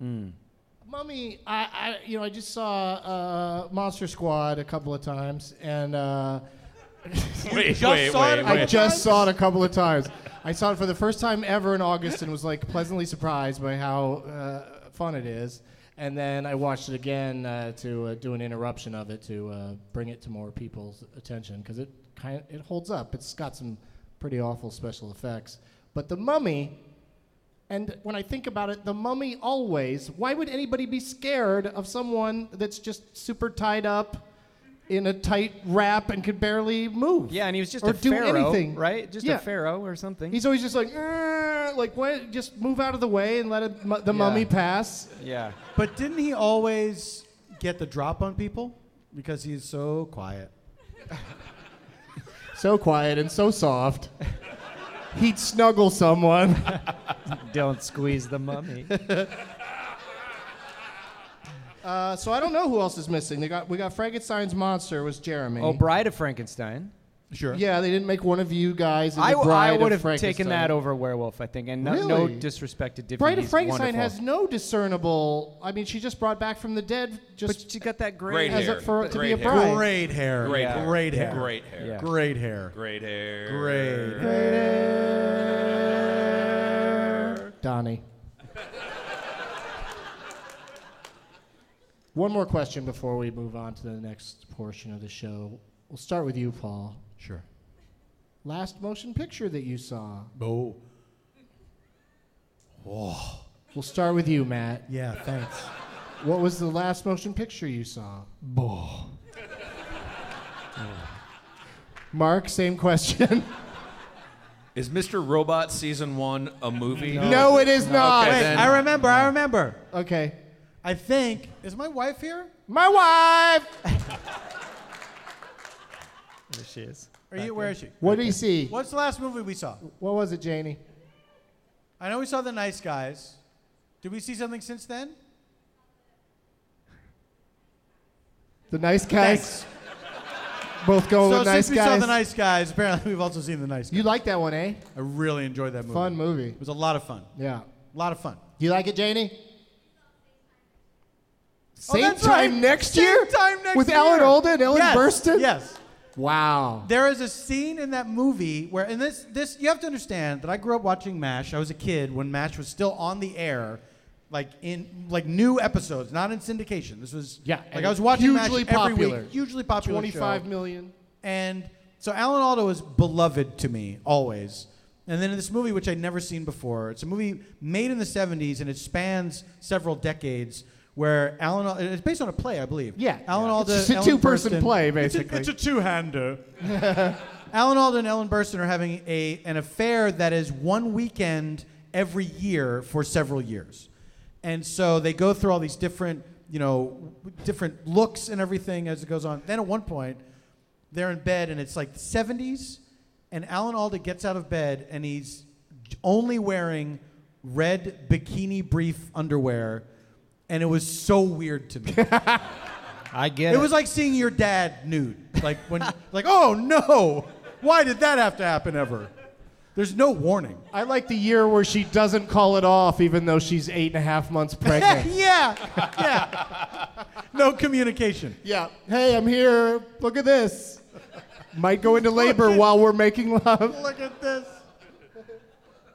Speaker 1: Mummy, I, I, you know, I just saw uh, Monster Squad a couple of times, and uh,
Speaker 3: Wait,
Speaker 2: just saw it,
Speaker 1: I just saw it a couple of times. I saw it for the first time ever in August, and was like pleasantly surprised by how uh, fun it is. And then I watched it again uh, to uh, do an interruption of it to uh, bring it to more people's attention because it kind it holds up. It's got some pretty awful special effects, but the Mummy. And when I think about it, the mummy always, why would anybody be scared of someone that's just super tied up in a tight wrap and can barely move?
Speaker 4: Yeah, and he was just
Speaker 1: or
Speaker 4: a
Speaker 1: do
Speaker 4: pharaoh,
Speaker 1: anything.
Speaker 4: right? Just
Speaker 1: yeah.
Speaker 4: a pharaoh or something.
Speaker 1: He's always just like, "Eh," like what? Just move out of the way and let it, mu- the mummy pass.
Speaker 4: yeah.
Speaker 2: But didn't he always get the drop on people? Because he's so quiet.
Speaker 1: So quiet and so soft. He'd snuggle someone.
Speaker 4: Don't squeeze the mummy.
Speaker 1: Uh, so I don't know who else is missing. They got we got Frankenstein's monster was Jeremy.
Speaker 4: oh, Bride of Oh, Frankenstein.
Speaker 2: Sure.
Speaker 1: Yeah, they didn't make one of you guys. In
Speaker 4: I,
Speaker 1: the
Speaker 4: w- I
Speaker 1: Bride
Speaker 4: would
Speaker 1: of
Speaker 4: have taken
Speaker 1: Frankenstein.
Speaker 4: that over Werewolf, I think, and no, no
Speaker 1: Really?
Speaker 4: disrespect to Diffie.
Speaker 1: Bride of
Speaker 4: he's
Speaker 1: Frankenstein
Speaker 4: wonderful.
Speaker 1: has no discernible. I mean, she just brought back from the dead. Just
Speaker 4: But she got that
Speaker 3: Great
Speaker 4: great.
Speaker 1: As
Speaker 3: hair.
Speaker 1: it for it to be
Speaker 3: Great
Speaker 1: a
Speaker 3: hair.
Speaker 1: bride.
Speaker 2: Great hair.
Speaker 3: Great
Speaker 2: Yeah.
Speaker 3: hair.
Speaker 2: Great hair.
Speaker 3: Great hair.
Speaker 4: Yeah.
Speaker 2: Great hair.
Speaker 3: Great hair.
Speaker 2: Great.
Speaker 1: Donnie. One more question before we move on to the next portion of the show. We'll start with you, Paul.
Speaker 2: Sure.
Speaker 1: Last motion picture that you saw.
Speaker 2: Oh.
Speaker 1: We'll start with you, Matt.
Speaker 2: Yeah, thanks.
Speaker 1: What was the last motion picture you saw?
Speaker 2: Boh.
Speaker 1: Mark, same question.
Speaker 3: Is Mr. Robot season one a movie?
Speaker 1: No, it is not.
Speaker 3: Okay,
Speaker 2: Wait,
Speaker 3: then-
Speaker 2: I remember, I remember.
Speaker 1: Okay.
Speaker 2: I think is my wife here?
Speaker 1: My wife!
Speaker 4: There she is.
Speaker 2: Are you where is she?
Speaker 1: What do you see? What,
Speaker 2: What's the last movie we saw?
Speaker 1: was it, Janie?
Speaker 2: I know we saw The Nice Guys. Did we see something since then?
Speaker 1: The nice guys? Both going
Speaker 2: So
Speaker 1: with
Speaker 2: since
Speaker 1: nice
Speaker 2: we
Speaker 1: guys.
Speaker 2: saw Oh, The Nice Guys, apparently we've also seen The Nice Guys.
Speaker 1: you like that one, eh?
Speaker 2: I really enjoyed that movie.
Speaker 1: Fun movie.
Speaker 2: It was a lot of fun.
Speaker 1: Yeah.
Speaker 2: A lot of fun.
Speaker 1: You like it, Janie?
Speaker 2: Oh,
Speaker 1: Same
Speaker 2: that's
Speaker 1: time
Speaker 2: right.
Speaker 1: next
Speaker 2: Same
Speaker 1: year?
Speaker 2: time next
Speaker 1: With
Speaker 2: year.
Speaker 1: Alan Alda and Ellen
Speaker 2: yes.
Speaker 1: Burstyn?
Speaker 2: Yes.
Speaker 1: Wow.
Speaker 2: There is a scene in that movie where, and this, this, you have to understand that I grew up watching MASH. I was a kid when MASH was still on the air, like in like new episodes, not in syndication. This was
Speaker 1: Yeah,
Speaker 2: like
Speaker 1: and
Speaker 2: I was watching MASH
Speaker 1: hugely
Speaker 2: every week,
Speaker 1: popular.
Speaker 2: hugely popular.
Speaker 1: Twenty-five
Speaker 2: show.
Speaker 1: million.
Speaker 2: And so Alan Alda was beloved to me always. And then in this movie, which I'd never seen before, it's a movie made in the 70s and it spans several decades. Where Alan, Al- it's based on a play, I believe.
Speaker 1: Yeah.
Speaker 2: Alan
Speaker 1: Yeah.
Speaker 2: Alda.
Speaker 1: It's a
Speaker 2: Ellen
Speaker 1: two-person
Speaker 2: Burstyn-
Speaker 1: play,
Speaker 2: It's a-
Speaker 1: basically.
Speaker 2: it's a
Speaker 5: two-hander.
Speaker 2: Alan Alda and Ellen Burstyn are having a, an affair that is one weekend every year for several years. And so they go through all these different, you know, different looks and everything as it goes on. Then at one point, they're in bed and it's like the 70s, and Alan Alda gets out of bed and he's only wearing red bikini brief underwear. And it was so weird to me.
Speaker 4: I get it.
Speaker 2: It was like seeing your dad nude. Like when, like, oh no, why did that have to happen ever? There's no warning.
Speaker 1: I like the year where she doesn't call it off, even though she's eight and a half months
Speaker 2: yeah,
Speaker 1: pregnant.
Speaker 2: yeah. No communication.
Speaker 1: yeah. Hey, I'm here. Look at this. Might go into labor while we're making love.
Speaker 2: Look at this.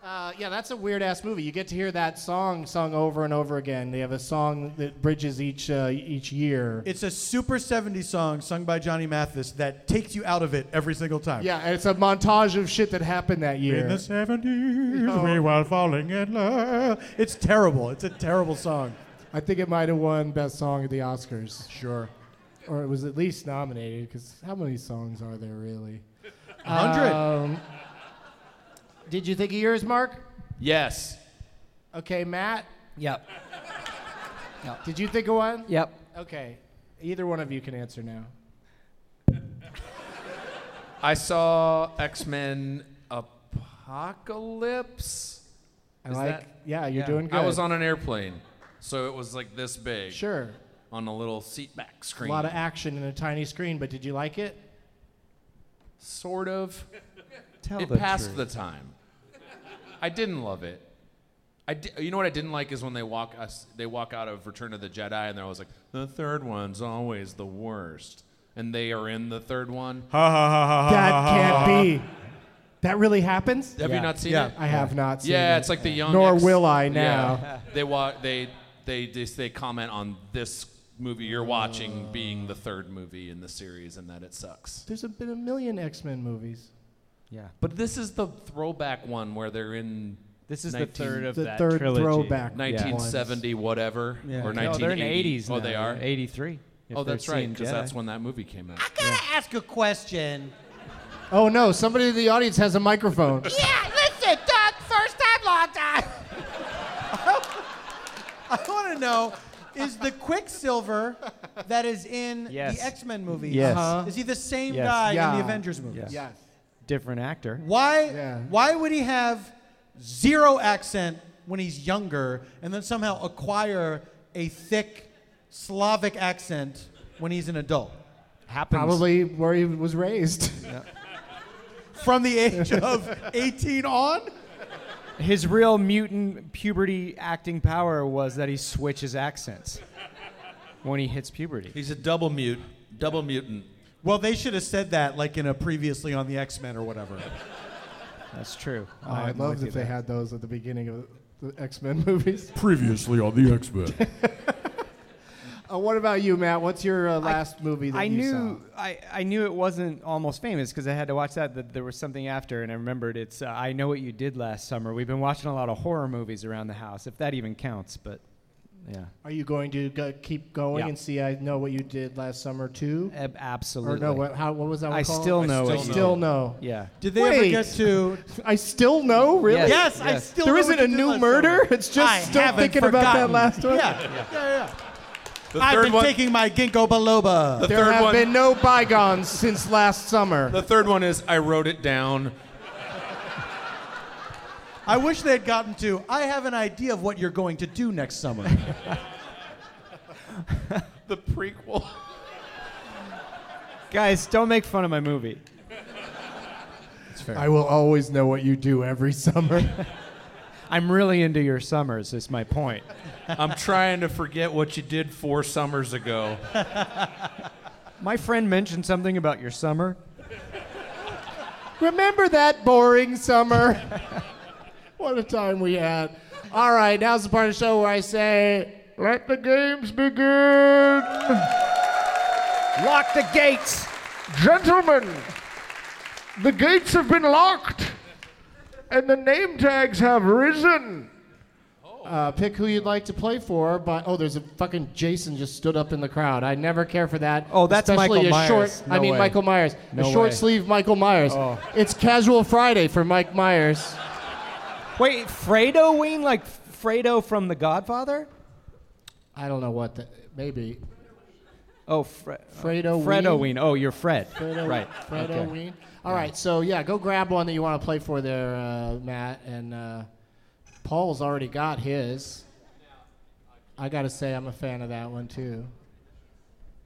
Speaker 1: Uh, yeah, that's a weird ass movie. You get to hear that song sung over and over again. They have a song that bridges each uh, each year.
Speaker 2: It's a super 70s song sung by Johnny Mathis that takes you out of it every single time.
Speaker 1: yeah, and it's a montage of shit that happened that year.
Speaker 2: In the 70s, we were falling in love. It's terrible. It's a terrible song.
Speaker 1: I think it might have won best song at the Oscars,
Speaker 2: Sure.
Speaker 1: or it was at least nominated. Because how many songs are there really?
Speaker 2: 100.
Speaker 1: Um, did you think of yours, Mark?
Speaker 3: Yes.
Speaker 1: Okay, Matt.
Speaker 4: Yep.
Speaker 1: Did you think of one?
Speaker 4: Yep.
Speaker 1: Okay. Either one of you can answer now.
Speaker 3: I saw X Men Apocalypse.
Speaker 1: I
Speaker 3: Is
Speaker 1: like.
Speaker 3: that-
Speaker 1: yeah, you're
Speaker 4: yeah.
Speaker 1: doing good.
Speaker 3: I was on an airplane, so it was like this big
Speaker 1: Sure.
Speaker 3: on a little seat back
Speaker 1: A
Speaker 3: screen.
Speaker 1: lot of action in a tiny screen, but did you like it?
Speaker 3: sort of.
Speaker 4: Tell
Speaker 3: It
Speaker 4: the
Speaker 3: passed
Speaker 4: truth.
Speaker 3: the time. I didn't love it. I di- you know what I didn't like is when they walk us they walk out of Return of the Jedi and they're always like the third one's always the worst and they are in the third one.
Speaker 5: Ha ha ha ha ha.
Speaker 1: That can't be. That really happens?
Speaker 3: Have
Speaker 4: Yeah.
Speaker 3: you not seen
Speaker 2: Yeah.
Speaker 3: it?
Speaker 1: I have not seen
Speaker 3: Yeah,
Speaker 1: it.
Speaker 3: it's like the young.
Speaker 1: Nor
Speaker 3: ex-
Speaker 1: will I now.
Speaker 3: Yeah. they walk. They they just they comment on this movie you're watching being the third movie in the series and that it sucks.
Speaker 1: There's been a million X Men movies.
Speaker 4: Yeah.
Speaker 3: But this is the throwback one where they're in
Speaker 4: This is
Speaker 3: 19
Speaker 4: the third of
Speaker 1: The
Speaker 4: that
Speaker 1: third
Speaker 4: trilogy.
Speaker 1: throwback.
Speaker 3: 1970 whatever
Speaker 2: Yeah.
Speaker 3: or 1980.
Speaker 4: No, they're in the 80s.
Speaker 3: Oh,
Speaker 4: now.
Speaker 3: they are.
Speaker 4: 83. if
Speaker 3: Oh,
Speaker 4: they're
Speaker 3: that's right
Speaker 4: seeing
Speaker 3: because
Speaker 4: Jedi.
Speaker 3: that's when that movie came out.
Speaker 6: Gotta ask a question.
Speaker 1: Oh no, somebody in the audience has a microphone.
Speaker 6: Yeah, listen, Doug, first time, long time.
Speaker 2: I want to know is the Quicksilver that is in
Speaker 4: Yes.
Speaker 2: the X Men movies?
Speaker 4: Yes. Uh-huh.
Speaker 2: Is he the same
Speaker 4: Yes.
Speaker 2: guy in
Speaker 1: Yeah.
Speaker 2: the Avengers movies?
Speaker 4: Yes.
Speaker 1: yes.
Speaker 4: Different actor.
Speaker 2: Why?
Speaker 1: Yeah.
Speaker 2: Why would he have zero accent when he's younger, and then somehow acquire a thick Slavic accent when he's an adult?
Speaker 4: Happens.
Speaker 1: Probably where he was raised. Oh,
Speaker 2: from the age of 18 on?
Speaker 4: His real mutant puberty acting power was that he switches accents when he hits puberty.
Speaker 3: He's a double mute, double mutant.
Speaker 2: Well, they should have said that like in a previously on the X Men or whatever.
Speaker 4: That's true.
Speaker 1: Oh, I'd love if they had those at the beginning of the X Men movies.
Speaker 5: Previously on the X Men.
Speaker 1: Uh, what about you, Matt? What's your uh, last movie that
Speaker 4: I
Speaker 1: you
Speaker 4: knew I, I knew it wasn't almost famous because I had to watch that. That there was something after, and I remembered it's. Uh, I know what you did last summer. We've been watching a lot of horror movies around the house, if that even counts. But yeah,
Speaker 1: saw? Are you going to go, keep going
Speaker 4: Yeah.
Speaker 1: and see? I know what you did last summer too.
Speaker 4: Ab- absolutely.
Speaker 1: Or no? What? How? What was that? One
Speaker 4: I
Speaker 1: called?
Speaker 4: still know.
Speaker 1: I
Speaker 4: what you
Speaker 1: still
Speaker 4: did.
Speaker 1: know.
Speaker 4: Yeah.
Speaker 2: Did they ever
Speaker 1: Wait.
Speaker 2: get to?
Speaker 1: I still know. Really?
Speaker 4: Yes,
Speaker 2: Yes, I
Speaker 4: yes.
Speaker 2: still.
Speaker 1: There
Speaker 2: know
Speaker 1: isn't
Speaker 2: what you
Speaker 1: a
Speaker 2: did
Speaker 1: new
Speaker 2: last
Speaker 1: murder.
Speaker 2: summer.
Speaker 1: It's just
Speaker 2: I
Speaker 1: still
Speaker 2: haven't
Speaker 1: thinking about that
Speaker 2: forgotten.
Speaker 1: last one.
Speaker 2: Yeah, yeah, yeah.
Speaker 3: The
Speaker 2: I've
Speaker 3: third
Speaker 2: been
Speaker 3: one.
Speaker 2: taking my ginkgo biloba.
Speaker 3: the
Speaker 1: There
Speaker 3: third
Speaker 1: have
Speaker 3: one.
Speaker 1: been no bygones since last summer.
Speaker 3: the third one is I wrote it down.
Speaker 2: I wish they had gotten to. I have an idea of what you're going to do next summer.
Speaker 3: The prequel.
Speaker 4: Guys, don't make fun of my movie.
Speaker 1: I will always know what you do every summer.
Speaker 4: I'm really into your summers. Is my point.
Speaker 3: I'm trying to forget what you did four summers ago.
Speaker 4: My friend mentioned something about your summer.
Speaker 1: Remember that boring summer? what a time we had. All right, now's the part of the show where I say, let the games begin.
Speaker 4: Lock the gates.
Speaker 1: Gentlemen, the gates have been locked and the name tags have risen. Uh, pick who you'd like to play for, but oh, there's a fucking Jason just stood up in the crowd. I never care for that.
Speaker 4: Oh, that's
Speaker 1: especially
Speaker 4: Michael
Speaker 1: a
Speaker 4: Myers.
Speaker 1: Short, I
Speaker 4: No
Speaker 1: mean,
Speaker 4: way.
Speaker 1: Michael Myers,
Speaker 4: No
Speaker 1: a short
Speaker 4: way.
Speaker 1: sleeve Michael Myers.
Speaker 4: Oh.
Speaker 1: It's Casual Friday for Mike Myers.
Speaker 4: Wait, Fredo Ween, like Fredo from The Godfather?
Speaker 1: I don't know what the, maybe
Speaker 4: Oh, Fre-
Speaker 1: Fredo
Speaker 4: Fredo
Speaker 1: Ween?
Speaker 4: Ween. Oh, you're Fred.
Speaker 1: Fredo,
Speaker 4: right.
Speaker 1: Fredo
Speaker 4: okay.
Speaker 1: Ween. All right, so yeah, go grab one that you want to play for there, uh, Matt. And uh, Paul's already got his. I gotta say, I'm a fan of that one too.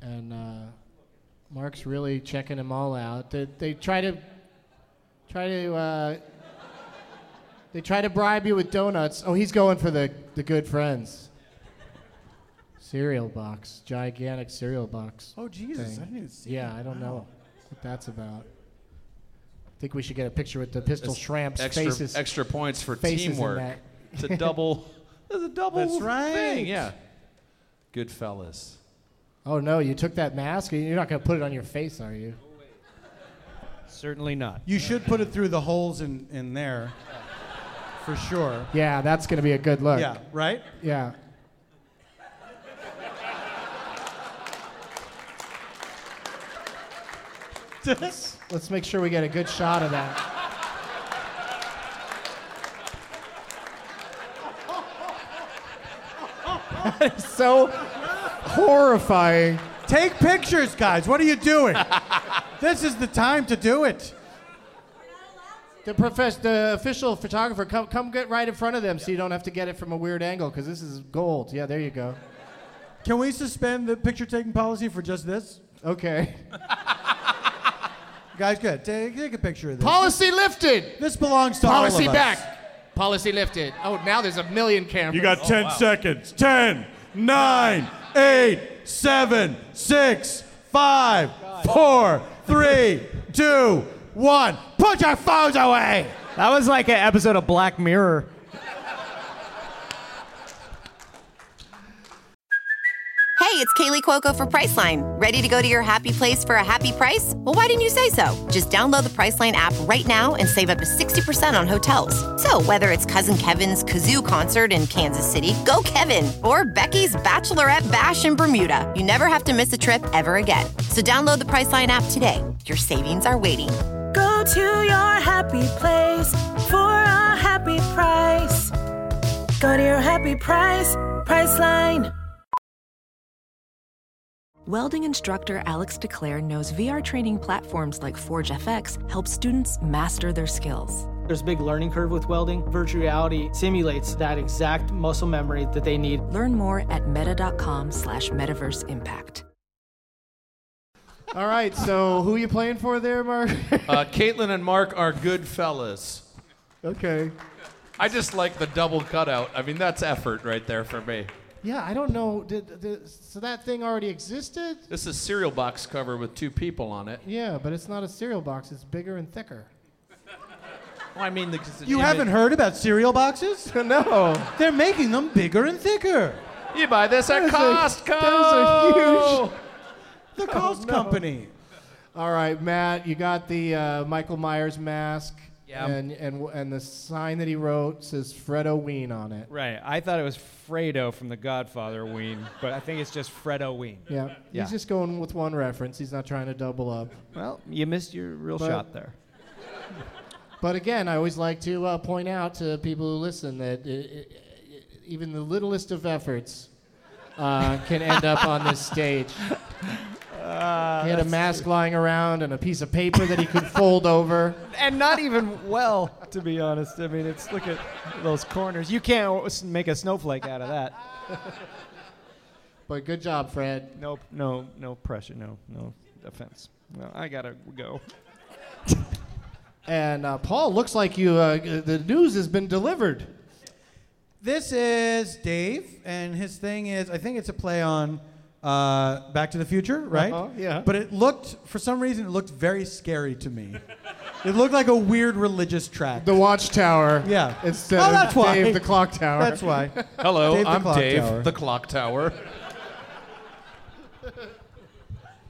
Speaker 1: And uh, Mark's really checking them all out. They, they try to try to uh, they try to bribe you with donuts. Oh, he's going for the the good friends. Cereal box, gigantic cereal box.
Speaker 2: oh Jesus! I didn't even see.
Speaker 1: Yeah, I don't know what that's about. I think we should get a picture with the pistol shramps
Speaker 3: extra,
Speaker 1: faces.
Speaker 3: extra points for
Speaker 1: faces in
Speaker 3: teamwork.
Speaker 1: that.
Speaker 3: It's a double. It's a double
Speaker 2: That's right.
Speaker 3: thing. Yeah. Good fellas.
Speaker 1: Oh no, you took that mask. You're not gonna put it on your face, are you?
Speaker 4: Certainly not.
Speaker 2: You should put it through the holes in in there, for sure.
Speaker 1: Yeah, that's gonna be a good look.
Speaker 2: Yeah. Right.
Speaker 1: Yeah. Let's make sure we get a good shot of that. that is so horrifying.
Speaker 2: Take pictures, guys. What are you doing? this is the time to do it.
Speaker 1: The profess, the official photographer, come come get right in front of them so you don't have to get it from a weird angle because this is gold. Yeah, there you go.
Speaker 2: Can we suspend the picture taking policy for just this?
Speaker 1: Okay.
Speaker 2: Guys, good. Take, take a picture of this.
Speaker 1: Policy lifted.
Speaker 2: this belongs to all
Speaker 1: Policy
Speaker 2: of us.
Speaker 1: back. Policy lifted. Oh, now there's a million cameras.
Speaker 5: You got 10 seconds. 10, 9, 8,
Speaker 2: 7, 6, 5, 4, 3, 2, 1. Put your phones away!
Speaker 4: That was like an episode of Black Mirror.
Speaker 7: Hey, it's Kaylee Cuoco for Priceline. Ready to go to your happy place for a happy price? Well, why didn't you say so? Just download the Priceline app right now and save up to 60% on hotels. So, whether it's Cousin Kevin's Kazoo concert in Kansas City, go Kevin, or Becky's Bachelorette Bash in Bermuda, you never have to miss a trip ever again. So, download the Priceline app today. Your savings are waiting.
Speaker 8: Go to your happy place for a happy price. Go to your happy price, Priceline.
Speaker 9: Welding instructor Alex DeClaire knows VR training platforms like Forge FX help students master their skills.
Speaker 10: There's a big learning curve with welding. Virtual reality simulates that exact muscle memory that they need.
Speaker 9: Learn more at meta.com slash metaverse impact.
Speaker 1: All right, so who you playing for there, Mark?
Speaker 3: Uh, Caitlin and Mark are good fellas.
Speaker 1: okay.
Speaker 3: I just like the double cutout. I mean, that's effort right there for me.
Speaker 1: Yeah, I don't know. Did, did, so that thing already existed?
Speaker 3: This is cereal box cover with two people on it.
Speaker 1: Yeah, but it's not a cereal box. It's bigger and thicker.
Speaker 3: Well, I mean, the, 'cause the
Speaker 2: You
Speaker 3: image-
Speaker 2: haven't heard about cereal boxes?
Speaker 1: no.
Speaker 2: They're making them bigger and thicker.
Speaker 3: You buy this
Speaker 2: That
Speaker 3: at
Speaker 2: is a-
Speaker 3: Costco.
Speaker 2: that
Speaker 1: is a huge- Oh,
Speaker 2: The Cost Company.
Speaker 1: All right, Matt, you got the uh, Michael Myers mask.
Speaker 4: Yeah.
Speaker 1: And, and, and the sign that he wrote says Fredo Ween on it.
Speaker 4: Right. I thought it was Fredo from The Godfather Ween, but I think it's just Fredo Ween.
Speaker 1: Yeah.
Speaker 4: Yeah.
Speaker 1: He's just going with one reference. He's not trying to double up.
Speaker 4: Well, you missed your real
Speaker 1: But-
Speaker 4: shot there.
Speaker 1: But again, I always like to uh, point out to people who listen that uh, uh, even the littlest of efforts uh, can end up on this stage. he had a
Speaker 4: that's
Speaker 1: mask lying around and a piece of paper that he could fold over.
Speaker 4: And not even well, to be honest. I mean, it's look at those corners. You can't s- make a snowflake out of that.
Speaker 1: But good job, Fred.
Speaker 4: Nope. No. No pressure. No. No offense. Well, I gotta go.
Speaker 1: And uh, Paul, looks like you. Uh, g- the news has been delivered.
Speaker 2: This is Dave, and his thing is I think it's a play on uh, Back to the Future, right?
Speaker 1: Uh-huh, yeah.
Speaker 2: But it looked, for some reason, it looked very scary to me. it looked like a weird religious track.
Speaker 1: The Watchtower.
Speaker 2: Yeah.
Speaker 1: Instead
Speaker 2: Oh,
Speaker 1: of
Speaker 2: that's why.
Speaker 1: Dave the Clock Tower.
Speaker 2: That's why.
Speaker 3: Hello,
Speaker 2: Dave the
Speaker 3: I'm
Speaker 2: Clock
Speaker 3: Dave,
Speaker 2: Tower.
Speaker 3: the clock tower.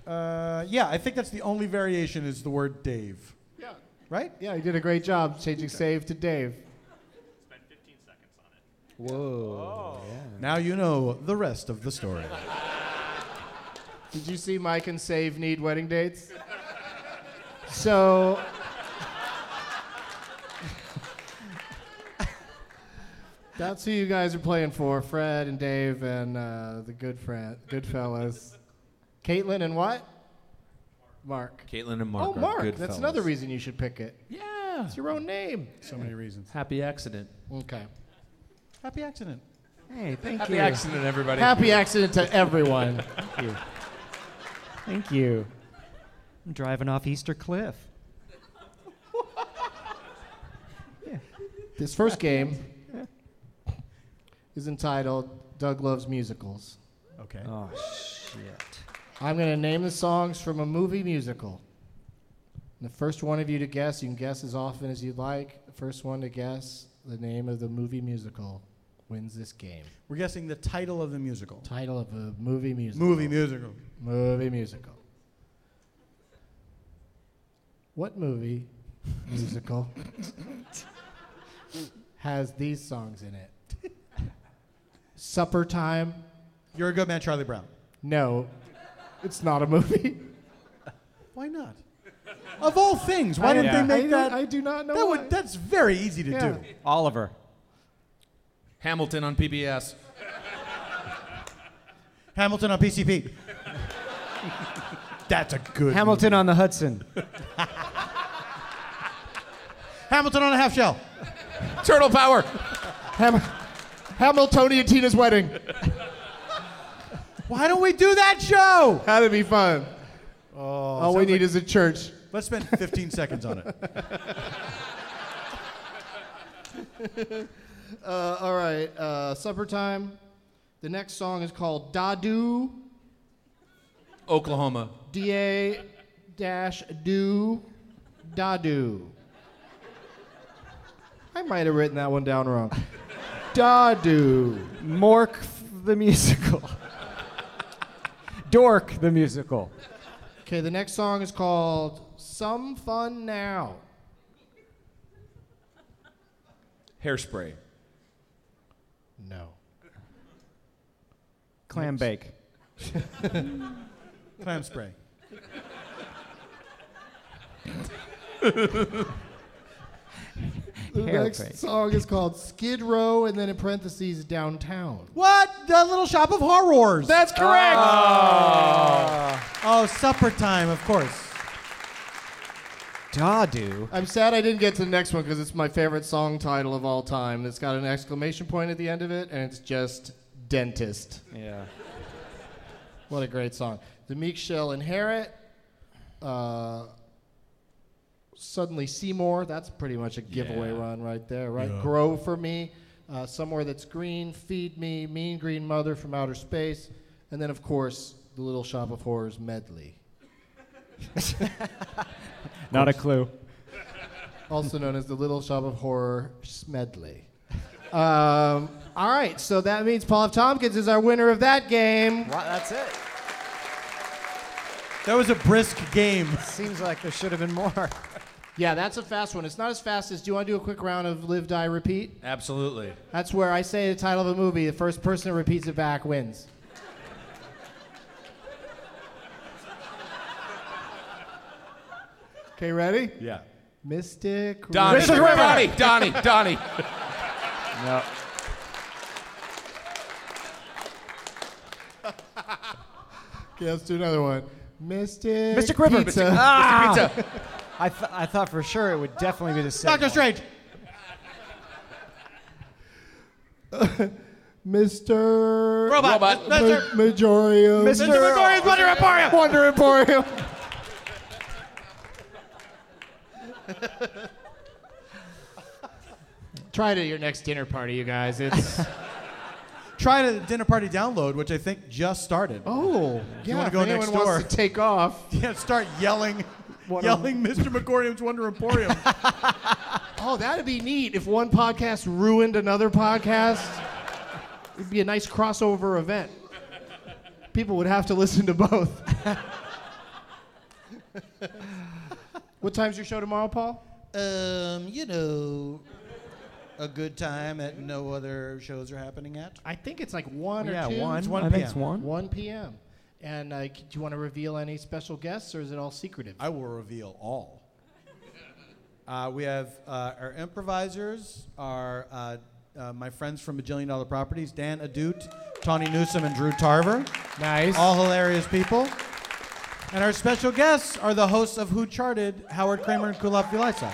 Speaker 2: Uh, yeah, I think that's the only variation is the word Dave.
Speaker 1: Yeah.
Speaker 2: Right?
Speaker 1: Yeah, you did a great job changing save to Dave.
Speaker 2: Whoa. Now you know the rest of the story.
Speaker 1: Did you see Mike and Save need wedding dates? So. That's who you guys are playing for, Fred and Dave and uh, the good friend, good fellas, Caitlin and what? Mark.
Speaker 3: Caitlin and Mark
Speaker 1: Oh,
Speaker 3: are
Speaker 1: Mark.
Speaker 3: good
Speaker 1: That's
Speaker 3: fellas.
Speaker 1: another reason you should pick it.
Speaker 3: Yeah.
Speaker 1: It's your own name.
Speaker 2: So many reasons.
Speaker 3: Happy accident.
Speaker 1: Okay.
Speaker 2: Happy accident.
Speaker 4: Hey, thank
Speaker 3: Happy
Speaker 4: you.
Speaker 3: accident, everybody.
Speaker 1: Happy accident to everyone.
Speaker 4: Thank you. Thank you. I'm driving off Easter Cliff.
Speaker 1: This first game is entitled Doug Loves Musicals.
Speaker 2: Okay.
Speaker 4: Oh shit.
Speaker 1: I'm going to name the songs from a movie musical. And the first one of you to guess, you can guess as often as you'd like. The first one to guess the name of the movie musical wins this game.
Speaker 2: We're guessing the title of the musical.
Speaker 1: Title of a movie musical.
Speaker 2: Movie musical.
Speaker 1: Movie musical. What movie musical has these songs in it? Supper Time?
Speaker 2: You're a good man, Charlie Brown.
Speaker 1: No, it's not a movie.
Speaker 2: Why not? Of all things, why
Speaker 1: I-
Speaker 2: didn't
Speaker 1: yeah.
Speaker 2: they make
Speaker 1: I don't-
Speaker 2: that?
Speaker 1: I do not know
Speaker 2: That
Speaker 1: why.
Speaker 2: would, that's very easy to
Speaker 1: Yeah.
Speaker 2: do.
Speaker 4: Oliver.
Speaker 3: Hamilton on PBS.
Speaker 2: Hamilton on PCP. that's a good.
Speaker 4: Hamilton on the Hudson.
Speaker 2: movie. Hamilton on a half shell.
Speaker 3: Turtle power.
Speaker 1: Ham- Hamiltonian Tina's Wedding.
Speaker 2: Why don't we do that show?
Speaker 1: That'd be fun. Oh, All we need is a church.
Speaker 2: Let's spend 15 seconds on it.
Speaker 1: Uh, all right, uh, supper time. The next song is called Dadu,
Speaker 3: Oklahoma.
Speaker 1: D A dash do, Dadu. I might have written that one down wrong. Dadu.
Speaker 4: Mork the musical. Dork the musical.
Speaker 1: Okay, the next song is called Some Fun Now.
Speaker 3: Hairspray.
Speaker 1: No.
Speaker 4: Clam bake.
Speaker 2: Clam spray.
Speaker 1: The
Speaker 4: Hair
Speaker 1: next
Speaker 4: fake.
Speaker 1: song is called Skid Row, and then in parentheses, Downtown.
Speaker 2: What? The Little Shop of Horrors.
Speaker 3: That's correct.
Speaker 2: oh, supper time, of course.
Speaker 4: Dadu.
Speaker 1: I'm sad I didn't get to the next one because it's my favorite song title of all time. It's got an exclamation point at the end of it, and it's just dentist.
Speaker 4: Yeah.
Speaker 1: What a great song. The Meek shall inherit, uh, suddenly Seymour. That's pretty much a giveaway
Speaker 11: Yeah.
Speaker 1: run right there, right?
Speaker 11: Yeah.
Speaker 1: Grow for me, uh, somewhere that's green. Feed me, Mean Green Mother from Outer Space, and then of course the Little Shop of Horrors medley.
Speaker 12: Not a clue.
Speaker 1: also known as the Little Shop of Horror Smedley. Um, all right, so that means Paul F. Tompkins is our winner of that game.
Speaker 13: that's it.
Speaker 2: That was a brisk game.
Speaker 13: Seems like there should have been more.
Speaker 1: Yeah, that's a fast one. It's not as fast as. Do you want to do a quick round of Live, Die, Repeat?
Speaker 3: Absolutely.
Speaker 1: That's where I say the title of a movie. The first person who repeats it back wins. Okay, ready?
Speaker 3: Yeah.
Speaker 1: Mystic.
Speaker 3: Donnie.
Speaker 1: River.
Speaker 3: Donnie. Donnie. Donnie.
Speaker 12: no.
Speaker 1: Okay, let's do another one. Mystic.
Speaker 13: Mr. River.
Speaker 1: Pizza.
Speaker 13: Ah! I, th- I thought for sure it would definitely be the same.
Speaker 1: Doctor Strange. Mr.
Speaker 13: Robot. Robot. Mr.
Speaker 1: Ma- Majorium.
Speaker 13: Mr. Majorium's Wonder Emporium.
Speaker 1: Wonder Emporium. Try it at your next dinner party, you guys. It's
Speaker 2: Try the dinner party download, which I think just started.
Speaker 1: Oh,
Speaker 2: you
Speaker 1: yeah,
Speaker 2: want
Speaker 1: if
Speaker 2: to go
Speaker 1: anyone
Speaker 2: next
Speaker 1: wants
Speaker 2: door?
Speaker 1: to take off.
Speaker 2: Yeah, start yelling, yelling, Mr. McCorium's Wonder Emporium.
Speaker 1: oh, that'd be neat if one podcast ruined another podcast. It'd be a nice crossover event. People would have to listen to both. what time's your show tomorrow, Paul?
Speaker 2: Um, you know, a good time at no other shows are happening at.
Speaker 1: I think it's like one or
Speaker 2: yeah,
Speaker 1: two.
Speaker 2: one.
Speaker 1: It's
Speaker 2: I think it's one.
Speaker 1: 1 p.m. And uh, c- do you want to reveal any special guests, or is it all secretive?
Speaker 2: I will reveal all. Uh, we have uh, our improvisers, our uh, uh, my friends from Bajillion Dollar Properties, Dan Adut, Tawny Newsom, and Drew Tarver. Nice. All hilarious people. And our special guests are the hosts of Who Charted, Howard Kramer and Kulop Vilasa.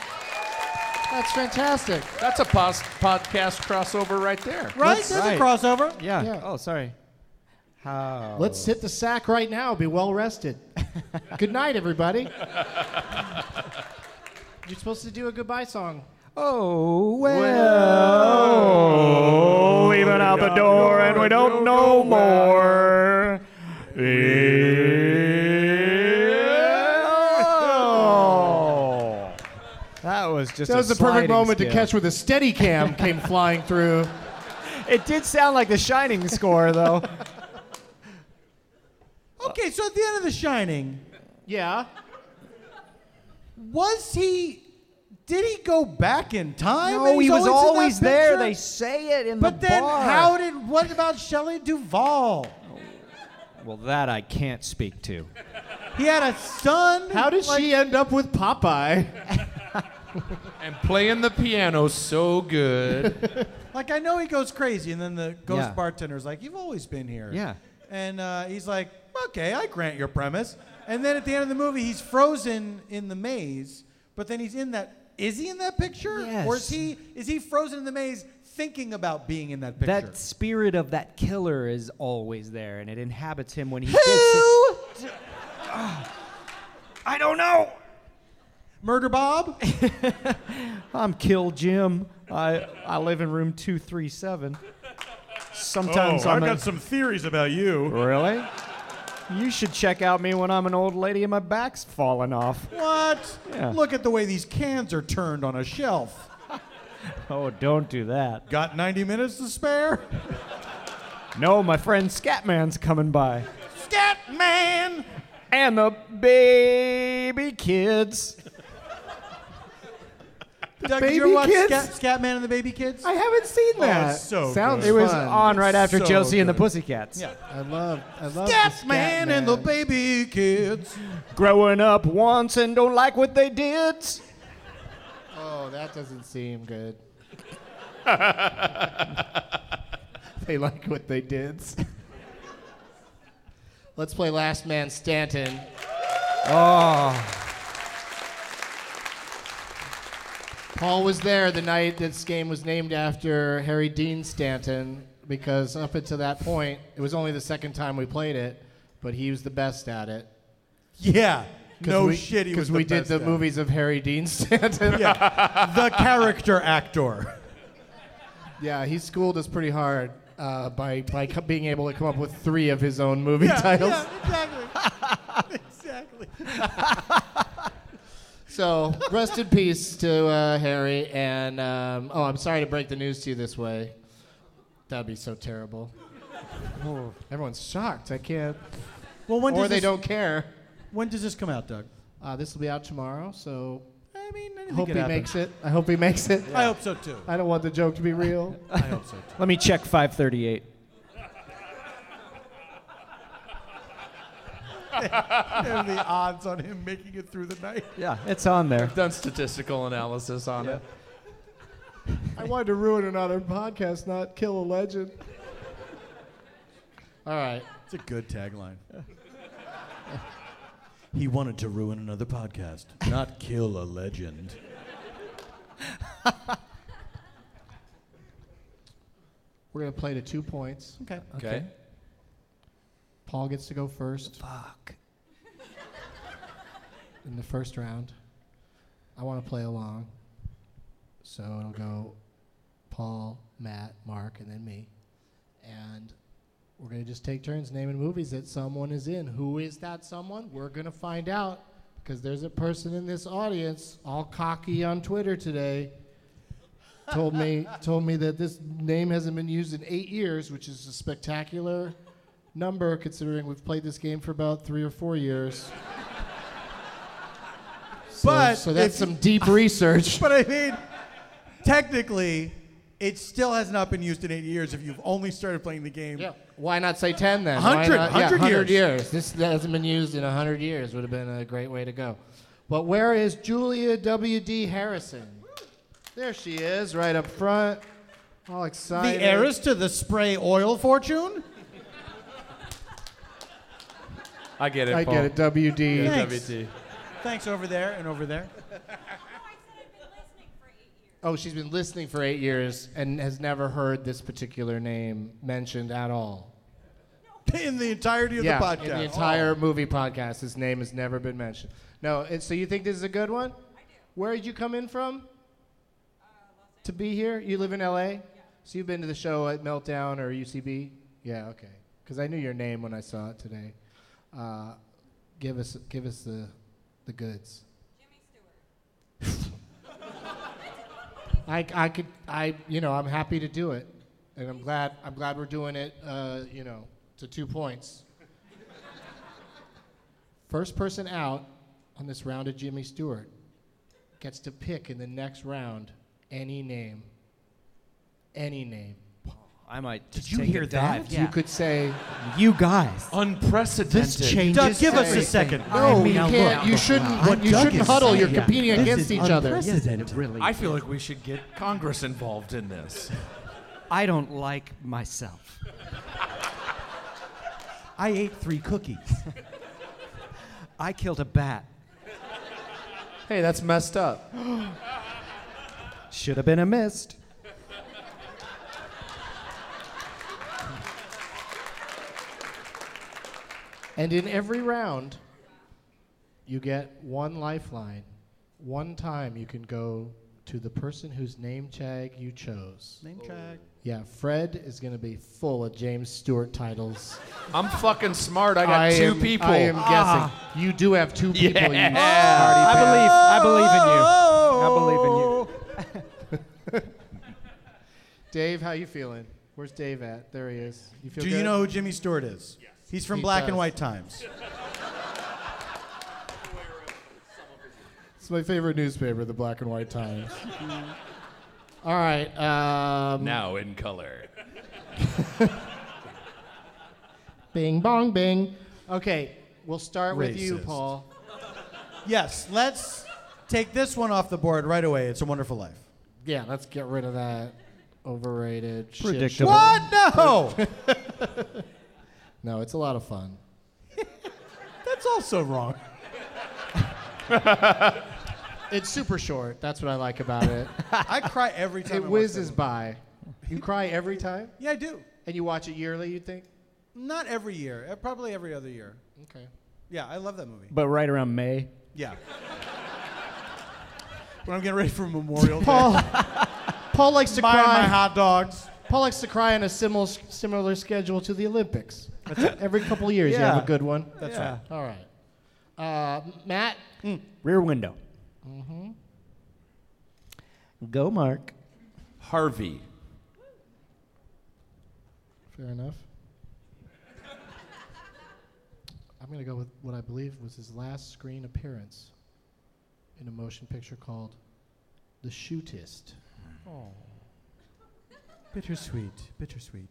Speaker 1: That's fantastic.
Speaker 3: That's a pos- podcast crossover right there.
Speaker 2: Right? There's a crossover.
Speaker 4: Yeah.
Speaker 1: Yeah.
Speaker 4: Oh, sorry. How?
Speaker 1: Let's hit the sack right now. Be well rested. Good night, everybody. You're supposed to do a goodbye song.
Speaker 4: Oh, well.
Speaker 12: Leaving out the door, and we don't know more.
Speaker 13: That was just
Speaker 1: that
Speaker 13: a
Speaker 1: was the perfect
Speaker 13: sliding
Speaker 1: moment to
Speaker 13: scale.
Speaker 1: catch where the steady cam came flying through.
Speaker 13: It did sound like the Shining score, though.
Speaker 2: Okay, so at the end of The Shining,
Speaker 1: yeah,
Speaker 2: was he? Did he go back in time?
Speaker 13: No,
Speaker 2: And he's
Speaker 13: Oh, he was
Speaker 2: in that
Speaker 13: always there.
Speaker 2: picture?
Speaker 13: They say it in
Speaker 2: but
Speaker 13: the
Speaker 2: then,
Speaker 13: bar.
Speaker 2: how did? What about Shelley Duvall?
Speaker 4: Well, that I can't speak to.
Speaker 2: He had a son.
Speaker 1: How did she end up with Popeye?
Speaker 3: And playing the piano so good.
Speaker 2: Like I know he goes crazy, and then the ghost
Speaker 3: Yeah.
Speaker 2: bartender's like, "You've always been here."
Speaker 3: Yeah.
Speaker 2: And uh, he's like, "Okay, I grant your premise." And then at the end of the movie, he's frozen in the maze, but then he's in that. Is he in that picture, or is
Speaker 4: Yes.
Speaker 2: he is he frozen in the maze thinking about being in that picture?
Speaker 4: That spirit of that killer is always there, and it inhabits him when he gets it.
Speaker 2: I don't know. Murder Bob.
Speaker 4: I'm Kill Jim. I I live in room two three seven. Sometimes
Speaker 5: Oh,
Speaker 4: I'm
Speaker 5: I've
Speaker 4: a-
Speaker 5: got some theories about you.
Speaker 2: Oh.
Speaker 4: Really? You should check out me when I'm an old lady and my back's falling off.
Speaker 2: What?
Speaker 4: Yeah.
Speaker 2: Look at the way these cans are turned on a shelf.
Speaker 4: Oh, don't do that.
Speaker 2: Got 90 minutes to spare?
Speaker 4: No, my friend Scatman's coming by.
Speaker 2: Scat man.
Speaker 4: And the baby kids.
Speaker 2: Doug,
Speaker 4: baby
Speaker 2: did you ever watch
Speaker 4: kids?
Speaker 2: Scat, Scatman and the Baby Kids?
Speaker 1: I haven't seen
Speaker 2: that. Oh, it's so
Speaker 4: Sounds
Speaker 2: good.
Speaker 4: It was
Speaker 2: fun.
Speaker 4: on right after
Speaker 2: So
Speaker 4: Josie and the
Speaker 2: good.
Speaker 4: Pussycats.
Speaker 2: Yeah.
Speaker 1: I love, I love
Speaker 2: Scatman and the Baby Kids.
Speaker 4: Growing up once and don't like what they did.
Speaker 1: Oh, that doesn't seem good. they like what they did. Let's play Last Man Stanton.
Speaker 4: Oh.
Speaker 1: Paul was there the night this game was named after Harry Dean Stanton because up until that point, it was only the second time we played it, but he was the best at it.
Speaker 2: Yeah. No shit, he
Speaker 1: Because
Speaker 2: was the
Speaker 1: we did
Speaker 2: best
Speaker 1: the
Speaker 2: at it.
Speaker 1: movies of Harry Dean Stanton.
Speaker 2: Yeah, the character actor.
Speaker 1: Yeah, he schooled us pretty hard uh, by by co- being able to come up with three of his own movie
Speaker 2: Yeah,
Speaker 1: titles.
Speaker 2: yeah, exactly. exactly.
Speaker 1: So rest in peace to uh, Harry. And um, oh, I'm sorry to break the news to you this way. That'd be so terrible. Oh, Everyone's shocked. I can't.
Speaker 2: Well, when
Speaker 1: or
Speaker 2: does
Speaker 1: they
Speaker 2: this-
Speaker 1: don't care.
Speaker 2: When does this come out, Doug?
Speaker 1: Uh, this will be out tomorrow. So I mean,
Speaker 2: anything
Speaker 1: hope
Speaker 2: could
Speaker 1: he
Speaker 2: happen.
Speaker 1: makes it. I hope he makes it.
Speaker 2: I hope so, too.
Speaker 1: I don't want the joke to be real.
Speaker 2: I hope so.
Speaker 13: Let me check 538.
Speaker 2: and the odds on him making it through the night.
Speaker 13: Yeah, it's on there.
Speaker 3: I've done statistical analysis on it.
Speaker 1: I wanted to ruin another podcast, not kill a legend. All right.
Speaker 2: It's a good tagline. he wanted to ruin another podcast, not kill a legend.
Speaker 1: We're gonna play to two points. Okay.
Speaker 3: Okay.
Speaker 1: Paul gets to go first. Fuck. In the first round, I want to play along. So it'll go Paul, Matt, Mark, and then me. And we're going to just take turns naming movies that someone is in. Who is that someone? We're going to find out because there's a person in this audience, all cocky on Twitter today, told me told me that this name hasn't been used in 8 years, which is a spectacular number considering we've played this game for about 3 or 4 years. So-
Speaker 2: but
Speaker 1: so that's
Speaker 2: if-
Speaker 1: some deep research.
Speaker 2: But I mean, technically, it still has not been used in eight years. If you've only started playing the game,
Speaker 1: Why not say 10 then?
Speaker 2: 100,
Speaker 1: Why not- yeah,
Speaker 2: 100
Speaker 1: 100
Speaker 2: years.
Speaker 1: years. This that hasn't been used in 100 years. Would have been a great way to go. But where is Julia W.D. Harrison? There she is, right up front. All excited.
Speaker 2: the heiress to the spray oil fortune.
Speaker 3: I get it.
Speaker 1: I
Speaker 3: Paul.
Speaker 1: get it, WD.
Speaker 3: Yeah,
Speaker 2: Thanks.
Speaker 3: WD.
Speaker 2: Thanks over there and over there.
Speaker 1: Oh, she's been listening for eight years and has never heard this particular name mentioned at all.
Speaker 2: In the entirety of
Speaker 1: yeah,
Speaker 2: the podcast.
Speaker 1: in the entire movie podcast, his name has never been mentioned. No, and so you think this is a good one? I do. Uh, Where did you come in from? to be here? You live in LA? So you've been to the show at Meltdown or UCB? Yeah, okay. Because I knew your name when I saw it today. Uh, give us, give us the, the goods. I, I could I you know I'm happy to do it, and I'm glad I'm glad we're doing it. Uh, you know, to two points. First person out on this round of Jimmy Stewart gets to pick in the next round any name. Any name.
Speaker 13: I might.
Speaker 1: Did
Speaker 13: Oh. you take a hear dive. that?
Speaker 1: You
Speaker 13: Yeah.
Speaker 1: could say.
Speaker 13: You guys.
Speaker 3: Unprecedented.
Speaker 13: This changes Doug, give us a everything. second.
Speaker 1: No,
Speaker 13: I mean,
Speaker 1: you
Speaker 13: now
Speaker 1: can't.
Speaker 13: look,
Speaker 1: you
Speaker 13: look,
Speaker 1: shouldn't.
Speaker 13: wow. What
Speaker 1: you
Speaker 13: Doug
Speaker 1: shouldn't
Speaker 13: is
Speaker 1: huddle. You're
Speaker 13: saying,
Speaker 1: competing
Speaker 13: this
Speaker 1: against
Speaker 13: is
Speaker 1: each other.
Speaker 13: unprecedented. Really.
Speaker 3: I feel like we should get Congress involved in this.
Speaker 13: I don't like myself. I ate three cookies. I killed a bat.
Speaker 1: Hey, that's messed up.
Speaker 13: Should have been a mist.
Speaker 1: And in every round, you get one lifeline. One time you can go to the person whose name tag you chose.
Speaker 2: Name
Speaker 3: Oh.
Speaker 2: check.
Speaker 1: Yeah, Fred is going to be full of James Stewart titles.
Speaker 3: I'm fucking smart. I got
Speaker 1: I
Speaker 3: two
Speaker 1: am-
Speaker 3: people. Ah.
Speaker 1: I am guessing. You do have two people. You
Speaker 3: Yeah.
Speaker 1: smarty pants.
Speaker 2: Oh.
Speaker 13: I
Speaker 1: Dave, how you feeling? Where's Dave at? There he is. You feel
Speaker 2: Do
Speaker 1: good?
Speaker 2: you know who Jimmy Stewart is? Yes. He's from
Speaker 1: He
Speaker 2: Black and
Speaker 1: does.
Speaker 2: White Times.
Speaker 1: It's my favorite newspaper, the Black and White Times. All right. Um,
Speaker 3: Now in color.
Speaker 1: Bing bong bing. Okay, we'll start with you,
Speaker 2: Racist.
Speaker 1: Paul.
Speaker 2: Yes, let's take this one off the board right away. It's a Wonderful Life.
Speaker 1: Yeah, let's get rid of that overrated. shit
Speaker 2: Predictable.
Speaker 1: show.
Speaker 2: What? No!
Speaker 1: no, it's a lot of fun.
Speaker 2: That's also wrong.
Speaker 1: It's super short. That's what I like about it.
Speaker 2: I cry every time. I
Speaker 1: it
Speaker 2: watch
Speaker 1: whizzes
Speaker 2: that movie.
Speaker 1: by. You cry every time,
Speaker 2: Yeah, I do.
Speaker 1: and you watch it yearly. You think?
Speaker 2: Not every year. uh, Probably every other year.
Speaker 1: Okay.
Speaker 2: Yeah, I love that movie.
Speaker 14: But right around May.
Speaker 2: Yeah. when I'm getting ready for Memorial Day.
Speaker 1: Paul, Paul likes to
Speaker 2: Buying
Speaker 1: cry.
Speaker 2: my hot dogs.
Speaker 1: Paul likes to cry on a similar similar schedule to the Olympics. That's it. Every couple of years, you have
Speaker 14: Yeah.
Speaker 1: a good one.
Speaker 14: That's Yeah. right.
Speaker 1: All right. Uh, Matt.
Speaker 14: Rear window.
Speaker 1: Mm-hmm.
Speaker 14: Go, Mark.
Speaker 3: Harvey.
Speaker 1: Fair enough. I'm going to go with what I believe was his last screen appearance in a motion picture called The Shootist. Oh.
Speaker 2: Bittersweet, bittersweet.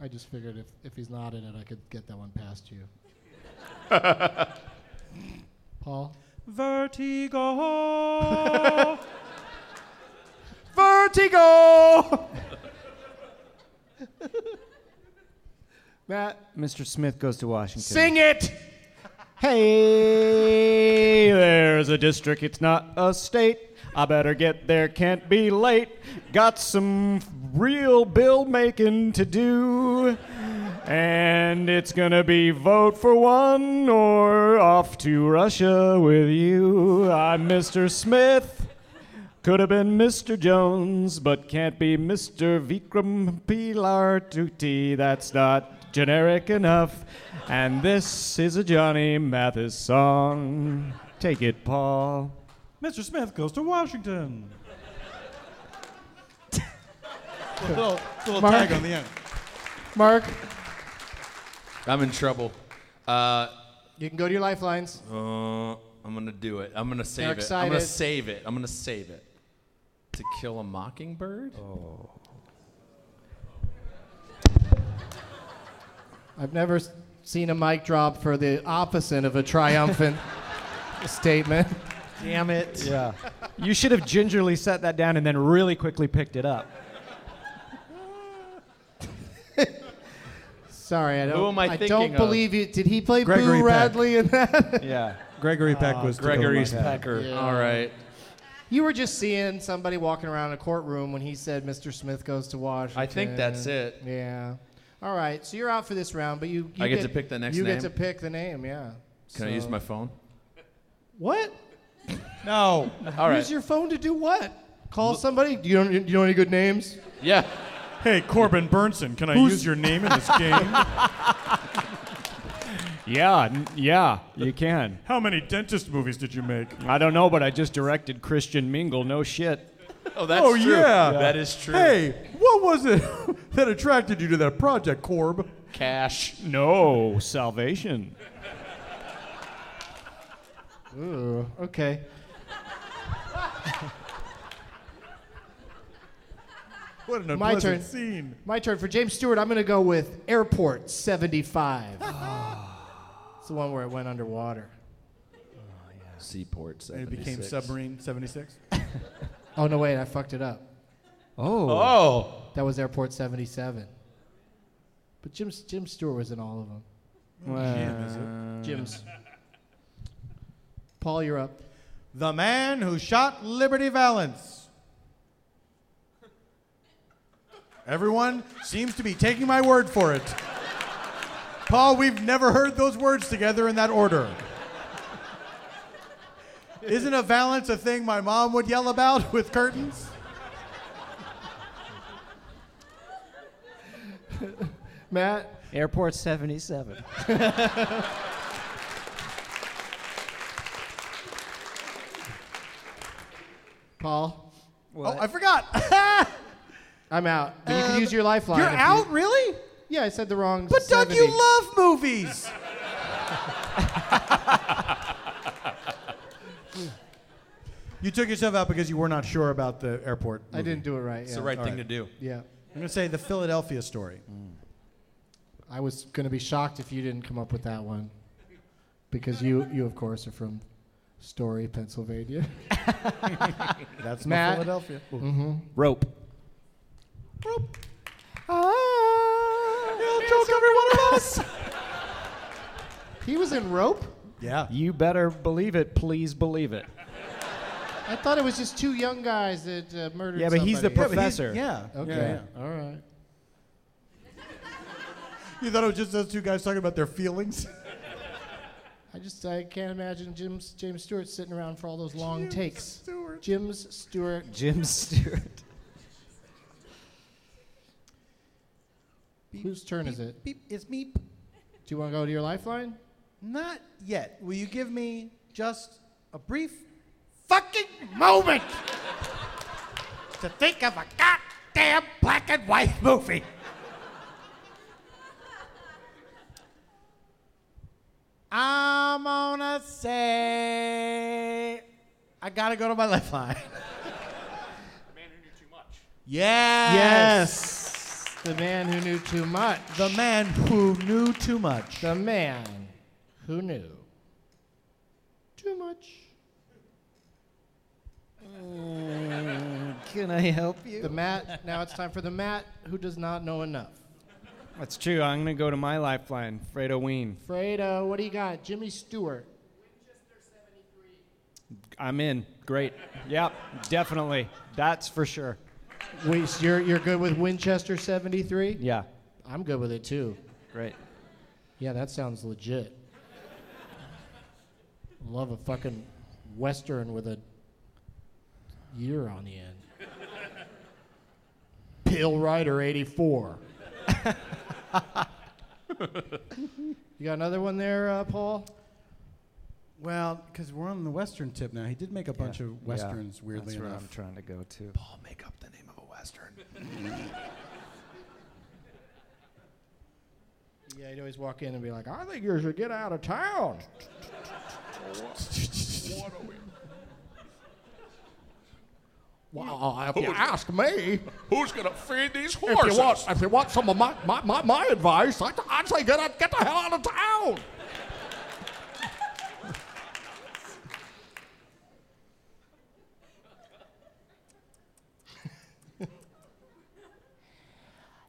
Speaker 1: I just figured if, if he's not in it, I could get that one past you. Paul?
Speaker 2: Vertigo.
Speaker 14: Vertigo.
Speaker 1: Matt.
Speaker 14: Mr. Smith goes to Washington.
Speaker 4: Sing it!
Speaker 14: Hey,
Speaker 4: there's a district, it's not a state. I better get there, can't be late. Got some real bill making to do. And it's gonna be vote for one or off to Russia with you. I'm Mr. Smith. Could have been Mr. Jones, but can't be Mr. Vikram Pilar Tutti. That's not generic enough. And this is a Johnny Mathis song. Take it, Paul.
Speaker 2: Mr. Smith goes to Washington. little little
Speaker 1: Mark.
Speaker 2: tag on the end.
Speaker 1: Mark,
Speaker 3: I'm in trouble. Uh,
Speaker 1: you can go to your lifelines.
Speaker 3: uh, I'm gonna do it. I'm gonna save
Speaker 1: They're
Speaker 3: it. I'm gonna
Speaker 1: excited.
Speaker 3: save it. I'm gonna save it. To kill a mockingbird. Oh.
Speaker 1: I've never s- seen a mic drop for the opposite of a triumphant statement.
Speaker 14: Damn it. Yeah. You should have gingerly set that down and then really quickly picked it up.
Speaker 1: Sorry, I don't.
Speaker 3: Who am I
Speaker 1: I
Speaker 3: thinking
Speaker 1: don't
Speaker 3: of?
Speaker 1: believe you. Did he play
Speaker 2: Gregory
Speaker 1: Boo
Speaker 2: Peck.
Speaker 1: Radley in that?
Speaker 14: Yeah.
Speaker 2: Ah, Gregory Peck was to go to
Speaker 3: Gregory's
Speaker 2: Washington.
Speaker 3: Pecker.
Speaker 1: Yeah.
Speaker 3: All right.
Speaker 1: You were just seeing somebody walking around a courtroom when he said Mr. Smith goes to Washington.
Speaker 3: I think that's it.
Speaker 1: Yeah. All right. So you're out for this round, but you. you
Speaker 3: I get to pick the next
Speaker 1: You
Speaker 3: name?
Speaker 1: get to pick the name. Yeah.
Speaker 3: Can I use my phone?
Speaker 1: What?
Speaker 2: No.
Speaker 3: All right.
Speaker 1: Use your phone to do what? Call somebody. Do you don't. You know any good names?
Speaker 3: Yeah.
Speaker 15: Hey, Corbin Burnson, can I
Speaker 1: Who's-
Speaker 15: use your name in this game?
Speaker 4: Yeah, n- yeah, you can.
Speaker 15: How many dentist movies did you make?
Speaker 4: I don't know, but I just directed Christian Mingle. No shit.
Speaker 3: Oh,
Speaker 4: that's
Speaker 2: oh,
Speaker 4: true.
Speaker 2: Yeah.
Speaker 4: That is true.
Speaker 2: Hey, what was it that attracted you to that project, Corb?
Speaker 3: Cash.
Speaker 4: No, Salvation.
Speaker 1: Ooh. Okay.
Speaker 2: What an
Speaker 1: My turn.
Speaker 2: unpleasant scene.
Speaker 1: My turn for James Stewart. I'm going to go with Airport 75. it's the one where it went underwater.
Speaker 3: Seaport.
Speaker 2: And it became
Speaker 3: 76.
Speaker 2: Submarine 76.
Speaker 1: Oh no, wait, I fucked it up.
Speaker 14: Oh.
Speaker 3: Oh.
Speaker 1: That was Airport 77. But Jim Jim Stewart was in all of them. Uh,
Speaker 2: Jim, is it?
Speaker 1: Jim's. Paul, you're up.
Speaker 2: The man who shot Liberty Valance. Everyone seems to be taking my word for it. Paul, we've never heard those words together in that order. Isn't a valance a thing my mom would yell about with curtains?
Speaker 1: Matt.
Speaker 14: Airport 77.
Speaker 1: Paul,
Speaker 2: Oh, I forgot.
Speaker 1: I'm out. But you can use your lifeline.
Speaker 2: Uh, You're
Speaker 1: if you-
Speaker 2: out, really?
Speaker 1: Yeah, I said the wrong.
Speaker 2: But Doug,
Speaker 1: 70.
Speaker 2: you love movies. you took yourself out because you were not sure about the airport.
Speaker 1: I didn't do it right.
Speaker 3: It's
Speaker 1: yeah.
Speaker 3: the right
Speaker 2: All
Speaker 3: thing
Speaker 2: right.
Speaker 3: to do.
Speaker 1: Yeah,
Speaker 2: I'm gonna say the Philadelphia story.
Speaker 1: I was gonna be shocked if you didn't come up with that one, because you you of course are from Story, Pennsylvania. Matt.
Speaker 2: That's
Speaker 1: Mm-hmm.
Speaker 2: my Philadelphia.
Speaker 14: Rope.
Speaker 2: Ah, He'll choke every one of us.
Speaker 1: He was in Rope.
Speaker 2: yeah.
Speaker 4: You better believe it. Please believe it.
Speaker 1: I thought it was just two young guys that uh, murdered.
Speaker 4: Yeah, but he's the
Speaker 1: somebody.
Speaker 4: prof- Professor.
Speaker 2: Yeah.
Speaker 1: Okay.
Speaker 2: yeah,
Speaker 1: All right.
Speaker 2: yeah. You thought it was just those two guys talking about their feelings?
Speaker 1: I just I can't imagine Jim's, James Stewart sitting around for all those long
Speaker 2: Jim
Speaker 1: takes.
Speaker 2: Stewart.
Speaker 1: Jim's Stewart.
Speaker 4: Jim Stewart.
Speaker 1: Whose turn is it?
Speaker 2: Beep, it's me.
Speaker 1: Do you want to go to your lifeline?
Speaker 2: Not yet. Will you give me just a brief
Speaker 6: fucking moment to think of a goddamn black and white movie.
Speaker 2: I'm gonna say I gotta go to my lifeline.
Speaker 1: Yes. Yes. The man who knew too much.
Speaker 2: The man who knew too much.
Speaker 1: The man who knew too much.
Speaker 4: Uh, Can I help you?
Speaker 1: The Matt. Now it's time for the Matt who does not know enough.
Speaker 12: That's true. I'm gonna go to my lifeline, Fredo Ween.
Speaker 1: Fredo, what do you got? Jimmy Stewart.
Speaker 12: I'm in. Great. Yep, definitely. That's for sure.
Speaker 1: Wait, so you're you're good with Winchester 73?
Speaker 12: Yeah.
Speaker 1: I'm good with it too.
Speaker 12: Great.
Speaker 1: Yeah, that sounds legit. Love a fucking western with a year on the end. Pill Rider 84. you got another one there, uh, Paul?
Speaker 2: Well, because we're on the western tip now. He did make a bunch
Speaker 12: Yeah.
Speaker 2: of westerns,
Speaker 12: Yeah,
Speaker 2: weirdly
Speaker 12: That's where
Speaker 2: enough.
Speaker 12: I'm trying to go to.
Speaker 3: Paul, make up the name of a western.
Speaker 1: Yeah, he'd always walk in and be like, I think you should get out of town. Well, if you ask me,
Speaker 6: Who's gonna feed these
Speaker 1: if you want, if you want some of my, my, my, my advice, I'd, I'd say get, out- get the hell out of town.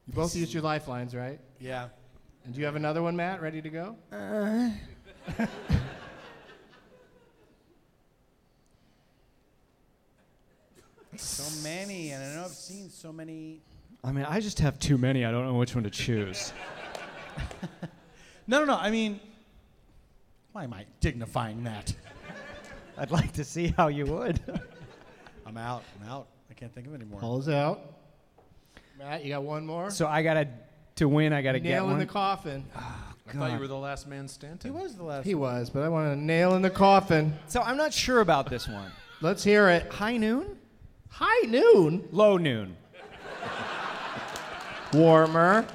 Speaker 1: you both used your lifelines, right?
Speaker 2: Yeah.
Speaker 1: And do you have another one, Matt, ready to go? Uh.
Speaker 2: So many, and I know I've seen so many.
Speaker 12: I mean, I just have too many. I don't know which one to choose.
Speaker 2: No, no, no. I mean, why am I dignifying that?
Speaker 4: I'd like to see how you would.
Speaker 2: I'm out. I'm out. I can't think of any more.
Speaker 1: Paul's out. Matt, you got one more?
Speaker 12: So I gotta to win. I gotta get
Speaker 1: nail in
Speaker 12: one.
Speaker 1: the coffin.
Speaker 3: I thought you were the last man standing. He
Speaker 2: was the last.
Speaker 1: He was, but I want a nail in the coffin.
Speaker 12: so I'm not sure about this one.
Speaker 1: Let's hear it.
Speaker 12: High noon?
Speaker 1: High noon?
Speaker 12: Low noon.
Speaker 1: Warmer.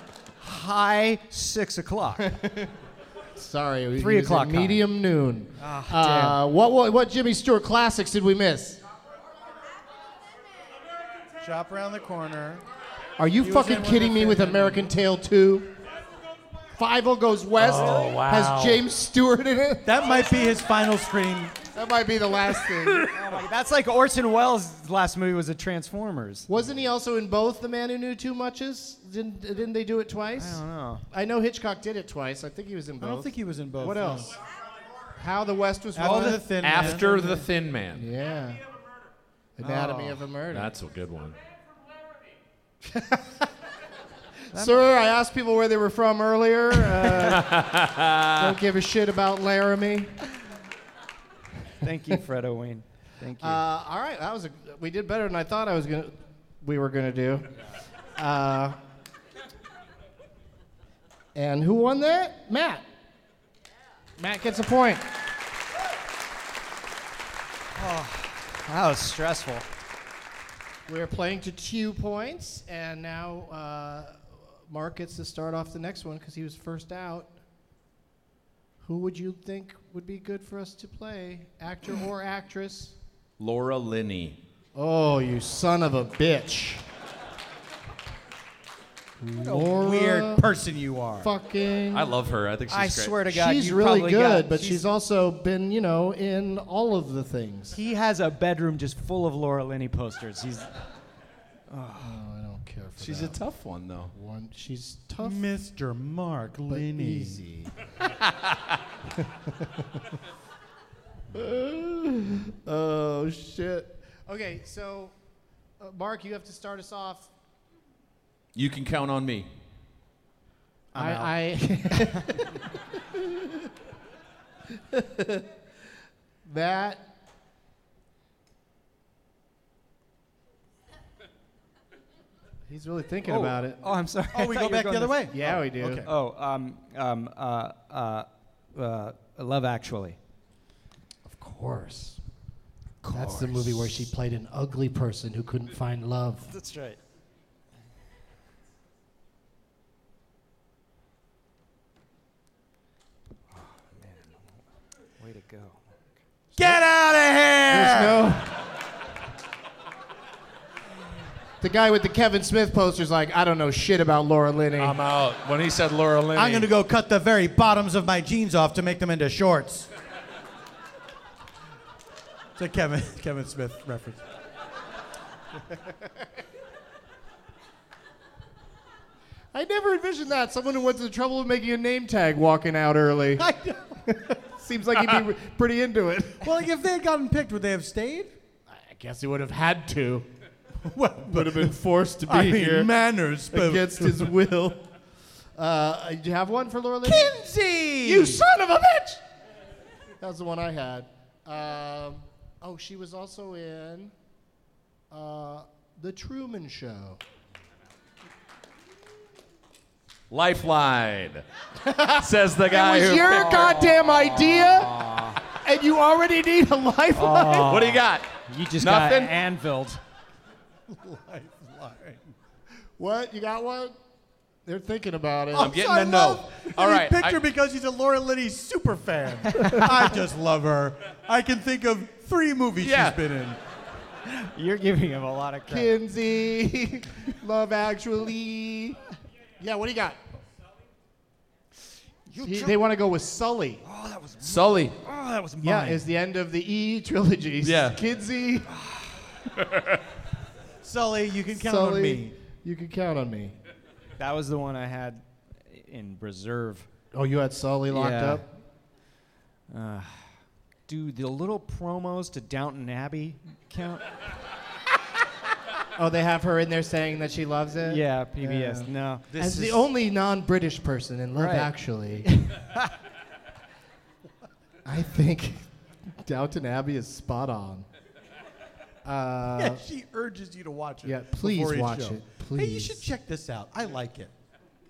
Speaker 12: High six o'clock.
Speaker 1: Sorry, we
Speaker 12: Three
Speaker 1: used
Speaker 12: o'clock, Connie.
Speaker 1: Medium noon.
Speaker 12: Ah,
Speaker 1: uh, what, what what Jimmy Stewart classics did we miss?
Speaker 2: Shop around the corner.
Speaker 1: Are you
Speaker 2: He was in
Speaker 1: fucking
Speaker 2: one of
Speaker 1: kidding
Speaker 2: the
Speaker 1: me with American Tail Two? Five Goes West
Speaker 2: Oh, wow.
Speaker 1: has James Stewart in it.
Speaker 2: That might be his final screen.
Speaker 1: That might be the last thing.
Speaker 12: That's like Orson Welles' last movie was a Transformers.
Speaker 1: Wasn't he also in both The Man Who Knew Too Muches? Didn't didn't they do it twice?
Speaker 12: I don't know.
Speaker 1: I know Hitchcock did it twice. I think he was in
Speaker 2: I
Speaker 1: both.
Speaker 2: don't think he was in both.
Speaker 1: What
Speaker 2: no.
Speaker 1: else? How the West was
Speaker 2: After
Speaker 1: Wrong.
Speaker 2: the Thin Man.
Speaker 3: After the Thin Man.
Speaker 1: Yeah. Anatomy
Speaker 2: Oh.
Speaker 1: of a Murder.
Speaker 3: That's a good one.
Speaker 1: Sir, I asked people where they were from earlier. Uh, don't give a shit about Laramie.
Speaker 12: Thank you, Fred Wayne. Thank you.
Speaker 1: Uh, all right, that was a, we did better than I thought I was gonna. We were gonna do. Uh, and who won that? Matt. Matt gets a point.
Speaker 12: that was stressful.
Speaker 1: We're playing to two points, and now uh, Mark gets to start off the next one because he was first out. Who would you think would be good for us to play, actor or actress?
Speaker 3: Laura Linney.
Speaker 1: Oh, you son of a bitch. Laura
Speaker 2: Weird person you are.
Speaker 1: fucking.
Speaker 3: I love her. I think she's
Speaker 12: I
Speaker 3: great.
Speaker 12: swear to God,
Speaker 1: she's
Speaker 12: you
Speaker 1: really
Speaker 12: probably
Speaker 1: good,
Speaker 12: got-
Speaker 1: but she's, also been, you know, in all of the things.
Speaker 12: He has a bedroom just full of Laura Linney posters. He's
Speaker 1: Oh, I don't care for
Speaker 3: She's a
Speaker 1: that.
Speaker 3: tough one though.
Speaker 1: one. She's tough
Speaker 2: Mr. Mark
Speaker 1: but
Speaker 2: Linney.
Speaker 1: easy. oh shit. Okay, so uh, Mark, you have to start us off.
Speaker 3: You can count on me.
Speaker 1: I, I That He's really thinking
Speaker 4: Oh,
Speaker 1: about it.
Speaker 4: Oh, I'm sorry. I thought you were going this-
Speaker 1: Yeah, we do.
Speaker 3: Uh,
Speaker 4: Oh, um, um, uh, uh, uh, Love Actually.
Speaker 11: Of course. That's the movie where she played an ugly person who couldn't find love.
Speaker 4: That's right. Way to go.
Speaker 6: Get out of
Speaker 1: There's
Speaker 6: here!
Speaker 1: no. The guy with the Kevin Smith poster's like, I don't know shit about Laura Linney. I'm
Speaker 3: out. When he said Laura Linney,
Speaker 2: I'm going to go cut the very bottoms of my jeans off to make them into shorts. It's a Kevin, Kevin Smith reference.
Speaker 1: I never envisioned that. Someone who went to the trouble of making a name tag walking out early. I know. Seems like he'd be pretty into it.
Speaker 2: Well, like if they had gotten picked, would they have stayed?
Speaker 1: I guess he would have had to. well, would have been forced to be
Speaker 2: I mean,
Speaker 1: here.
Speaker 2: manners, but-
Speaker 1: against his will. Uh, you have one for Laura Linney?
Speaker 2: Kinsey!
Speaker 1: You son of a bitch! That was the one I had. Um, oh, she was also in uh, The Truman Show.
Speaker 3: Lifeline. says the guy
Speaker 1: it was
Speaker 3: who.
Speaker 1: your
Speaker 3: picked-
Speaker 1: goddamn idea, and you already need a lifeline.
Speaker 3: What do you got?
Speaker 4: You just
Speaker 3: Nothing?
Speaker 4: got anviled.
Speaker 1: What? You got one? They're thinking about
Speaker 4: Oh,
Speaker 1: it.
Speaker 3: I'm getting a no. All
Speaker 2: He
Speaker 3: right.
Speaker 2: picked
Speaker 3: I-
Speaker 2: her because he's a Laura Linney super fan. I just love her. I can think of three movies she's been in.
Speaker 4: You're giving him a lot of credit.
Speaker 1: Kinsey, Love Actually. Yeah, what do you got? He- they want to go with Sully. Oh, that was
Speaker 3: Sully.
Speaker 1: Oh, that was Yeah,
Speaker 2: mine.
Speaker 1: is the end of the E trilogy.
Speaker 3: Yeah.
Speaker 1: Kinsey.
Speaker 2: Sully, you can count
Speaker 1: Sully,
Speaker 2: on me.
Speaker 1: You can count on me.
Speaker 4: That was the one I had in reserve.
Speaker 1: Oh, you had Sully locked
Speaker 4: Yeah.
Speaker 1: up?
Speaker 4: Uh, do the little promos to Downton Abbey count?
Speaker 1: Oh, they have her in there saying that she loves it?
Speaker 4: Yeah, PBS, no. This
Speaker 1: As the
Speaker 4: is-
Speaker 1: only non British person in Love
Speaker 4: Right.
Speaker 1: Actually, I think Downton Abbey is spot on. Uh,
Speaker 2: yeah, she urges you to watch it.
Speaker 1: yeah, please
Speaker 2: before each
Speaker 1: watch
Speaker 2: show.
Speaker 1: it,
Speaker 2: Hey, you should
Speaker 1: please.
Speaker 2: check this out. I like it.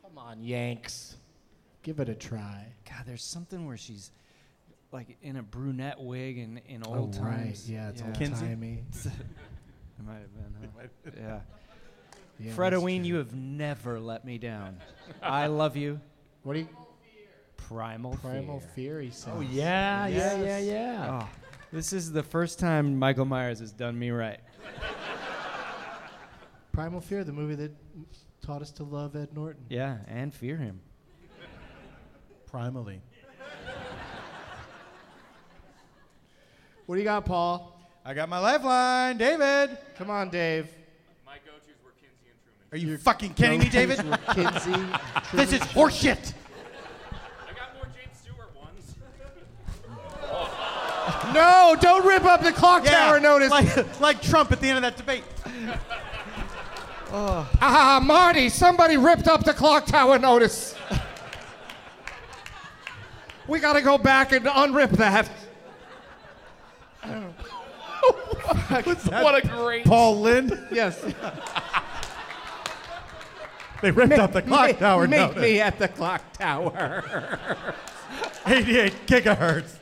Speaker 1: Come on, Yanks. Give it a try.
Speaker 4: God, there's something where she's like in a brunette wig in, in
Speaker 1: Oh,
Speaker 4: old
Speaker 1: right.
Speaker 4: times.
Speaker 1: Yeah, it's old-timey.
Speaker 4: it might have been, huh? Yeah.
Speaker 1: Yeah,
Speaker 4: Fred
Speaker 1: that's
Speaker 4: Oween, you have never let me down. I love you.
Speaker 1: What do you?
Speaker 4: Primal,
Speaker 1: Primal Fear, he says.
Speaker 4: Oh, yeah, yeah, yeah,
Speaker 1: Yes.
Speaker 4: yeah.
Speaker 2: Oh,
Speaker 4: this is the first time Michael Myers has done me right.
Speaker 1: Primal Fear, the movie that taught us to love Ed Norton.
Speaker 4: Yeah, and fear him.
Speaker 2: Primally.
Speaker 1: What do you got, Paul?
Speaker 2: I got my lifeline, David.
Speaker 1: Come on, Dave.
Speaker 2: Are you fucking kidding me, David?
Speaker 1: Kinsey,
Speaker 2: this is horseshit.
Speaker 1: No, don't rip up the clock tower notice.
Speaker 2: Like, like Trump at the end of that debate.
Speaker 1: Ah, Marty, somebody ripped up the clock tower notice. we gotta go back and unrip that.
Speaker 3: What a great.
Speaker 2: Paul Lynn.
Speaker 1: Yes.
Speaker 2: They ripped up the clock
Speaker 1: Meet-
Speaker 2: tower
Speaker 1: Meet
Speaker 2: notice.
Speaker 1: me at the clock tower.
Speaker 2: 88 gigahertz,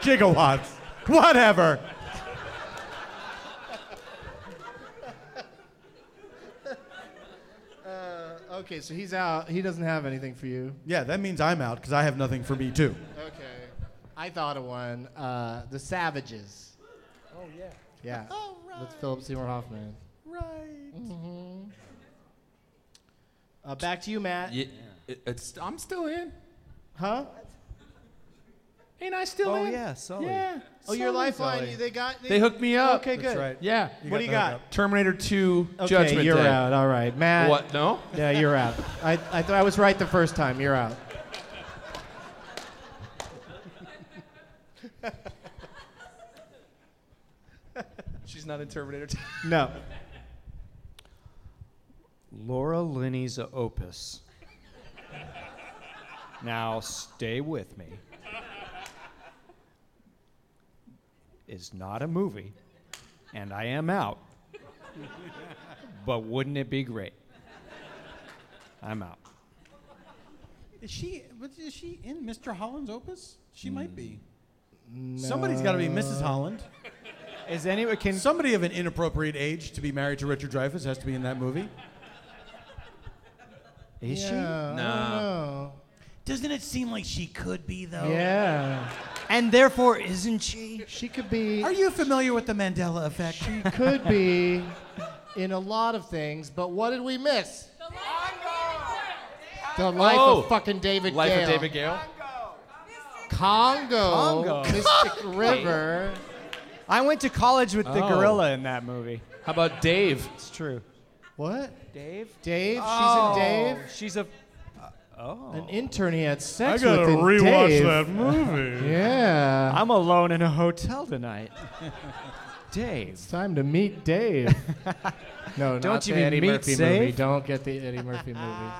Speaker 2: gigawatts, whatever.
Speaker 1: Uh, okay, so he's out. He doesn't have anything for you.
Speaker 2: Yeah, that means I'm out because I have nothing for me too.
Speaker 1: Okay. I thought of one. Uh, the Savages.
Speaker 2: Oh yeah. Oh,
Speaker 1: Yeah. That's Philip Seymour Hoffman. Mm-hmm.
Speaker 2: Right.
Speaker 1: Uh, back to you, Matt.
Speaker 3: Y- it- it's, I'm still in.
Speaker 1: Huh?
Speaker 3: Ain't I still
Speaker 1: Oh,
Speaker 3: in?
Speaker 1: yeah,
Speaker 3: Sully.
Speaker 1: Yeah. Oh, your
Speaker 3: Sully.
Speaker 1: lifeline.
Speaker 3: Sully.
Speaker 1: you- They got.
Speaker 3: They hooked me up.
Speaker 1: Okay,
Speaker 3: That's
Speaker 1: good.
Speaker 3: right.
Speaker 1: Yeah.
Speaker 3: You
Speaker 1: what
Speaker 3: got
Speaker 1: do you
Speaker 3: the
Speaker 1: got?
Speaker 3: hookup. Terminator 2,
Speaker 1: Okay,
Speaker 3: Judgment
Speaker 1: you're
Speaker 3: Day.
Speaker 1: out. All right, Matt.
Speaker 3: What? No?
Speaker 1: Yeah, you're out. I, I thought I was right the first time. You're out.
Speaker 3: She's not in Terminator 2.
Speaker 1: No.
Speaker 4: Laura Linney's opus. now stay with me.
Speaker 13: is not a movie, and I am out. but wouldn't it be great? I'm out.
Speaker 2: Is she but is she in Mr. Holland's opus? She
Speaker 1: Mm.
Speaker 2: might be. Somebody's got to be Mrs. Holland.
Speaker 13: Is anyone can
Speaker 2: somebody of an inappropriate age to be married to Richard Dreyfuss has to be in that movie?
Speaker 13: Is
Speaker 1: she? Yeah, I don't Nah.
Speaker 3: Uh,
Speaker 1: know.
Speaker 2: Doesn't it seem like she could be though?
Speaker 13: Yeah. And therefore, isn't she?
Speaker 1: She could be.
Speaker 2: Are you familiar with the Mandela effect? She
Speaker 1: could be in a lot of things, but what did we miss? The life
Speaker 3: Oh.
Speaker 1: of fucking David
Speaker 3: Life
Speaker 1: Gale.
Speaker 3: of David Gale.
Speaker 1: Congo.
Speaker 13: Congo.
Speaker 1: Mystic River.
Speaker 13: I went to college with the
Speaker 3: Oh.
Speaker 13: gorilla in that movie.
Speaker 3: How about Dave?
Speaker 13: It's true.
Speaker 1: What?
Speaker 13: Dave?
Speaker 1: Dave?
Speaker 13: Oh,
Speaker 1: She's in Dave?
Speaker 13: She's a. oh.
Speaker 1: An intern he had sex
Speaker 13: I gotta
Speaker 1: with. in
Speaker 13: rewatch
Speaker 1: Dave.
Speaker 13: that movie.
Speaker 1: yeah.
Speaker 13: I'm alone in a hotel tonight. Dave.
Speaker 1: It's time to meet Dave. no,
Speaker 13: Don't
Speaker 1: not
Speaker 13: you
Speaker 1: the
Speaker 13: mean
Speaker 1: Eddie
Speaker 13: meet
Speaker 1: Murphy movie.
Speaker 13: Save?
Speaker 1: Don't get the Eddie Murphy movie.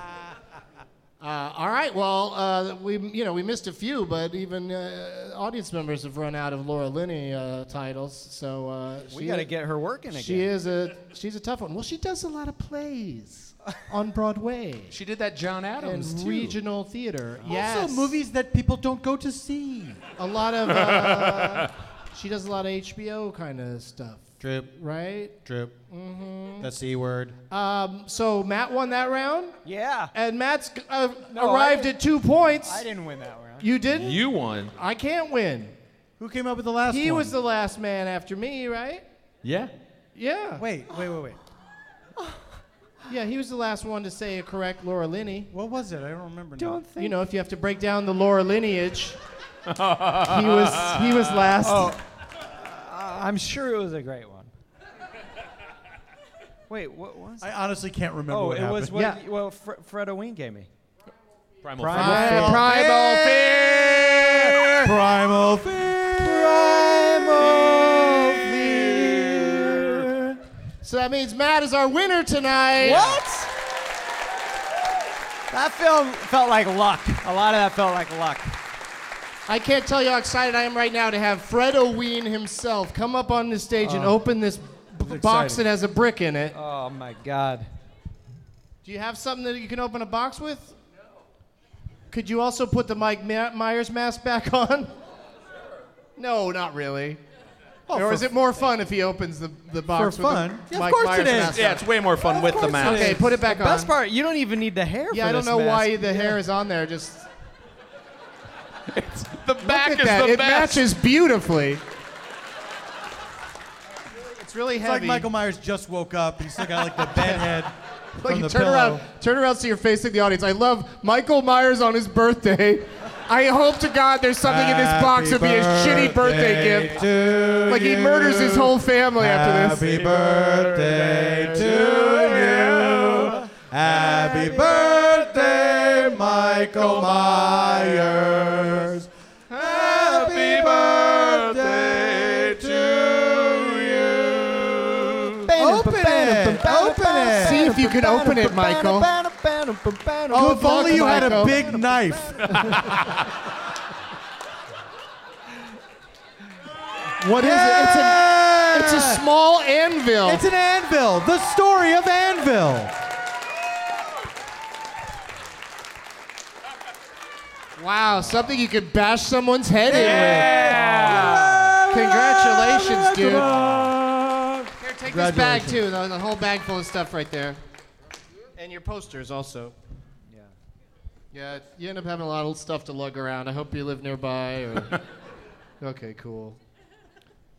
Speaker 1: Uh, all right. Well, uh, we you know we missed a few, but even uh, audience members have run out of Laura Linney uh, titles. So uh,
Speaker 13: We gotta get her working
Speaker 1: She
Speaker 13: again.
Speaker 1: is a she's a tough one. Well, she does a lot of plays on Broadway
Speaker 3: She did that John Adams
Speaker 1: and
Speaker 3: too.
Speaker 1: regional theater. Yes.
Speaker 2: Also movies that people don't go to see.
Speaker 1: a lot of uh, she does a lot of HBO kind of stuff,
Speaker 2: Drip.
Speaker 1: right?
Speaker 2: Drip.
Speaker 1: Mm-hmm.
Speaker 2: The C word.
Speaker 3: Uh,
Speaker 1: Um, so Matt won that round.
Speaker 13: Yeah.
Speaker 1: And Matt's uh,
Speaker 13: No, I
Speaker 1: arrived
Speaker 13: didn't-
Speaker 1: at two points.
Speaker 13: I didn't win that round.
Speaker 1: You didn't.
Speaker 3: You won.
Speaker 1: I can't win.
Speaker 2: Who came up with the last
Speaker 1: He
Speaker 2: one?
Speaker 1: was the last man after me, right?
Speaker 3: Yeah.
Speaker 1: Yeah.
Speaker 2: Wait, wait, wait, wait.
Speaker 1: Yeah, he was the last one to say a correct Laura Linney.
Speaker 2: What was it? I don't remember. now.
Speaker 13: Don't think.
Speaker 1: You know, if you have to break down the Laura lineage, he was he was last.
Speaker 13: Oh. I'm sure it was a great one. Wait, what was
Speaker 2: I
Speaker 13: it?
Speaker 2: honestly can't remember.
Speaker 13: oh,
Speaker 2: what
Speaker 13: it
Speaker 2: happened.
Speaker 13: was what
Speaker 1: Yeah.
Speaker 13: you- well, Fr- Fred Oween gave me.
Speaker 3: Primal,
Speaker 13: Primal
Speaker 3: Fear.
Speaker 13: Fear.
Speaker 1: Primal
Speaker 2: fear. Primal fear. Primal fear.
Speaker 1: So that means Matt is our winner tonight.
Speaker 13: What? That film felt like luck. A lot of that felt like luck.
Speaker 1: I can't tell you how excited I am right now to have Fred O'Ween himself come up on the stage and open this b- box
Speaker 2: exciting.
Speaker 1: that has a brick in it.
Speaker 13: Oh my God.
Speaker 1: Do you have something that you can open a box with? No. Could you also put the Mike Ma- Myers mask back on? No, not really. or is it more fun if he opens the, the box
Speaker 2: For
Speaker 1: with the
Speaker 2: fun? Yeah, of
Speaker 1: Mike
Speaker 2: course
Speaker 1: Myers
Speaker 2: it is.
Speaker 1: mask
Speaker 3: Yeah,
Speaker 1: on?
Speaker 3: it's way more fun with the mask.
Speaker 1: Okay, put it back on.
Speaker 13: Best part, you don't even need the hair.
Speaker 1: yeah,
Speaker 13: for
Speaker 1: I don't
Speaker 13: this
Speaker 1: know why
Speaker 13: mask.
Speaker 1: the hair is on there. Just
Speaker 3: The back
Speaker 1: look
Speaker 3: is
Speaker 1: at that.
Speaker 3: the
Speaker 1: it
Speaker 3: best.
Speaker 1: matches beautifully. It's really
Speaker 2: It's
Speaker 1: heavy.
Speaker 2: like Michael Myers just woke up. He's still got like the bed head.
Speaker 1: Like
Speaker 2: from
Speaker 1: you
Speaker 2: the
Speaker 1: turn
Speaker 2: pillow.
Speaker 1: around, turn around, see your face in the audience. I love Michael Myers on his birthday. I hope to God there's something in this box
Speaker 2: Happy
Speaker 1: that'd be a shitty birthday gift.
Speaker 2: to
Speaker 1: Like he murders his
Speaker 2: you.
Speaker 1: whole family after
Speaker 2: Happy
Speaker 1: this.
Speaker 2: birthday to you. Happy birthday, Michael Myers. Happy birthday to you. Open it. Open it.
Speaker 1: See if you can open it, Michael.
Speaker 2: Oh, if
Speaker 1: Good luck,
Speaker 2: only you had a
Speaker 1: Michael.
Speaker 2: big knife.
Speaker 1: What is it? It's a, it's a small
Speaker 13: Oh.
Speaker 1: anvil.
Speaker 2: It's an anvil. The story of Anvil.
Speaker 1: wow, something you could bash someone's head in with. Congratulations, dude. Here, take this bag
Speaker 2: Congratulations.
Speaker 1: too. The, the whole bag full of stuff right there. And your posters also.
Speaker 13: Yeah.
Speaker 1: Yeah, you end up having a lot of stuff to lug around. I hope you live nearby. Or... okay, cool.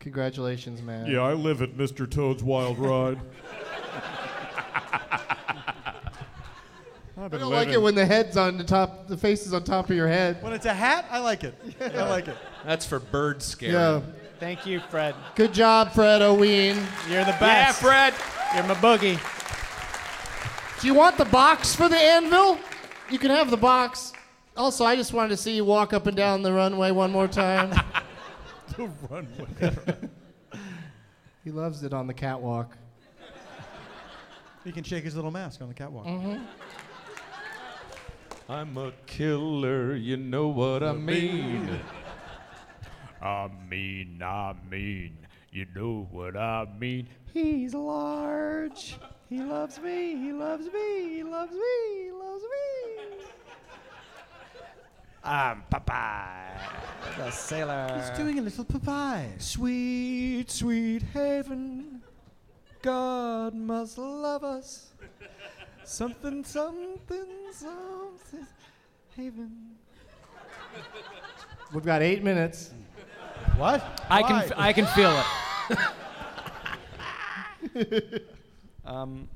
Speaker 1: Congratulations, man.
Speaker 5: Yeah, I live at Mr. Toad's Wild Ride. I've
Speaker 1: I
Speaker 5: been
Speaker 1: don't
Speaker 5: living.
Speaker 1: like it when the head's on the top, the face is on top of your head.
Speaker 2: When it's a hat, I like it. I like it.
Speaker 3: That's for bird scare.
Speaker 1: Yeah.
Speaker 13: Thank you, Fred.
Speaker 1: Good job, Fred Oween.
Speaker 13: You're the
Speaker 3: Yeah,
Speaker 13: best.
Speaker 3: Fred.
Speaker 13: You're my boogie.
Speaker 1: Do you want the box for the anvil? You can have the box. Also, I just wanted to see you walk up and down the runway one more time.
Speaker 5: The runway.
Speaker 1: he loves it on the catwalk.
Speaker 2: He can shake his little mask on the catwalk.
Speaker 13: Mm-hmm.
Speaker 3: I'm a killer, you know what I mean.
Speaker 16: I mean, I mean, you know what I mean. He's large. He loves me. He loves me. He loves me. He loves me. I'm Popeye, the sailor.
Speaker 1: He's doing a little Popeye.
Speaker 16: Sweet, sweet
Speaker 17: Haven, God must love us. Something, something, something. Haven.
Speaker 1: We've got eight minutes. What?
Speaker 18: I can,
Speaker 1: Why?
Speaker 18: f- I can feel it.
Speaker 4: Um,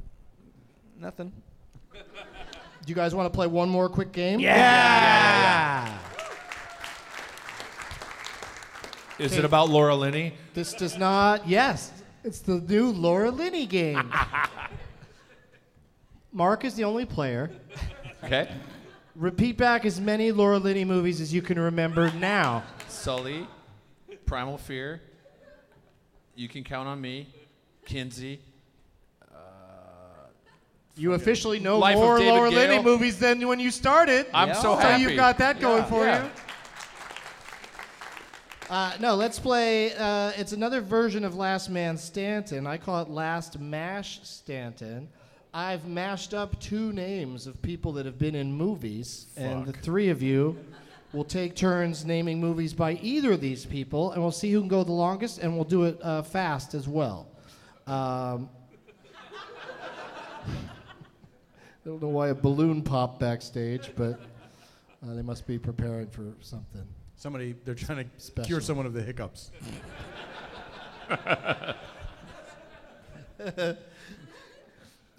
Speaker 4: nothing.
Speaker 1: Do you guys want to play one more quick game?
Speaker 4: Yeah!
Speaker 1: yeah.
Speaker 3: Is it about Laura Linney?
Speaker 1: This does not. Yes, it's the new Laura Linney game. Mark is the only player.
Speaker 3: Okay.
Speaker 1: Repeat back as many Laura Linney movies as you can remember now.
Speaker 3: Sully, Primal Fear, You Can Count on Me, Kinsey.
Speaker 1: You officially know
Speaker 3: Life of
Speaker 1: more
Speaker 3: David
Speaker 1: Laura
Speaker 3: Gale.
Speaker 1: Linney movies than when you started.
Speaker 3: I'm Yeah. so happy.
Speaker 1: So you've got that going
Speaker 3: Yeah.
Speaker 1: for
Speaker 3: Yeah.
Speaker 1: you. Uh, no, let's play. Uh, it's another version of Last Man Stanton. I call it Last Mash Stanton. I've mashed up two names of people that have been in movies, and the three of you will take turns naming movies by either of these people, and we'll see who can go the longest, and we'll do it uh, fast as well. Um, I don't know why a balloon popped backstage, but uh, they must be preparing for something.
Speaker 2: Somebody, they're trying to
Speaker 1: Special.
Speaker 2: cure someone of the hiccups.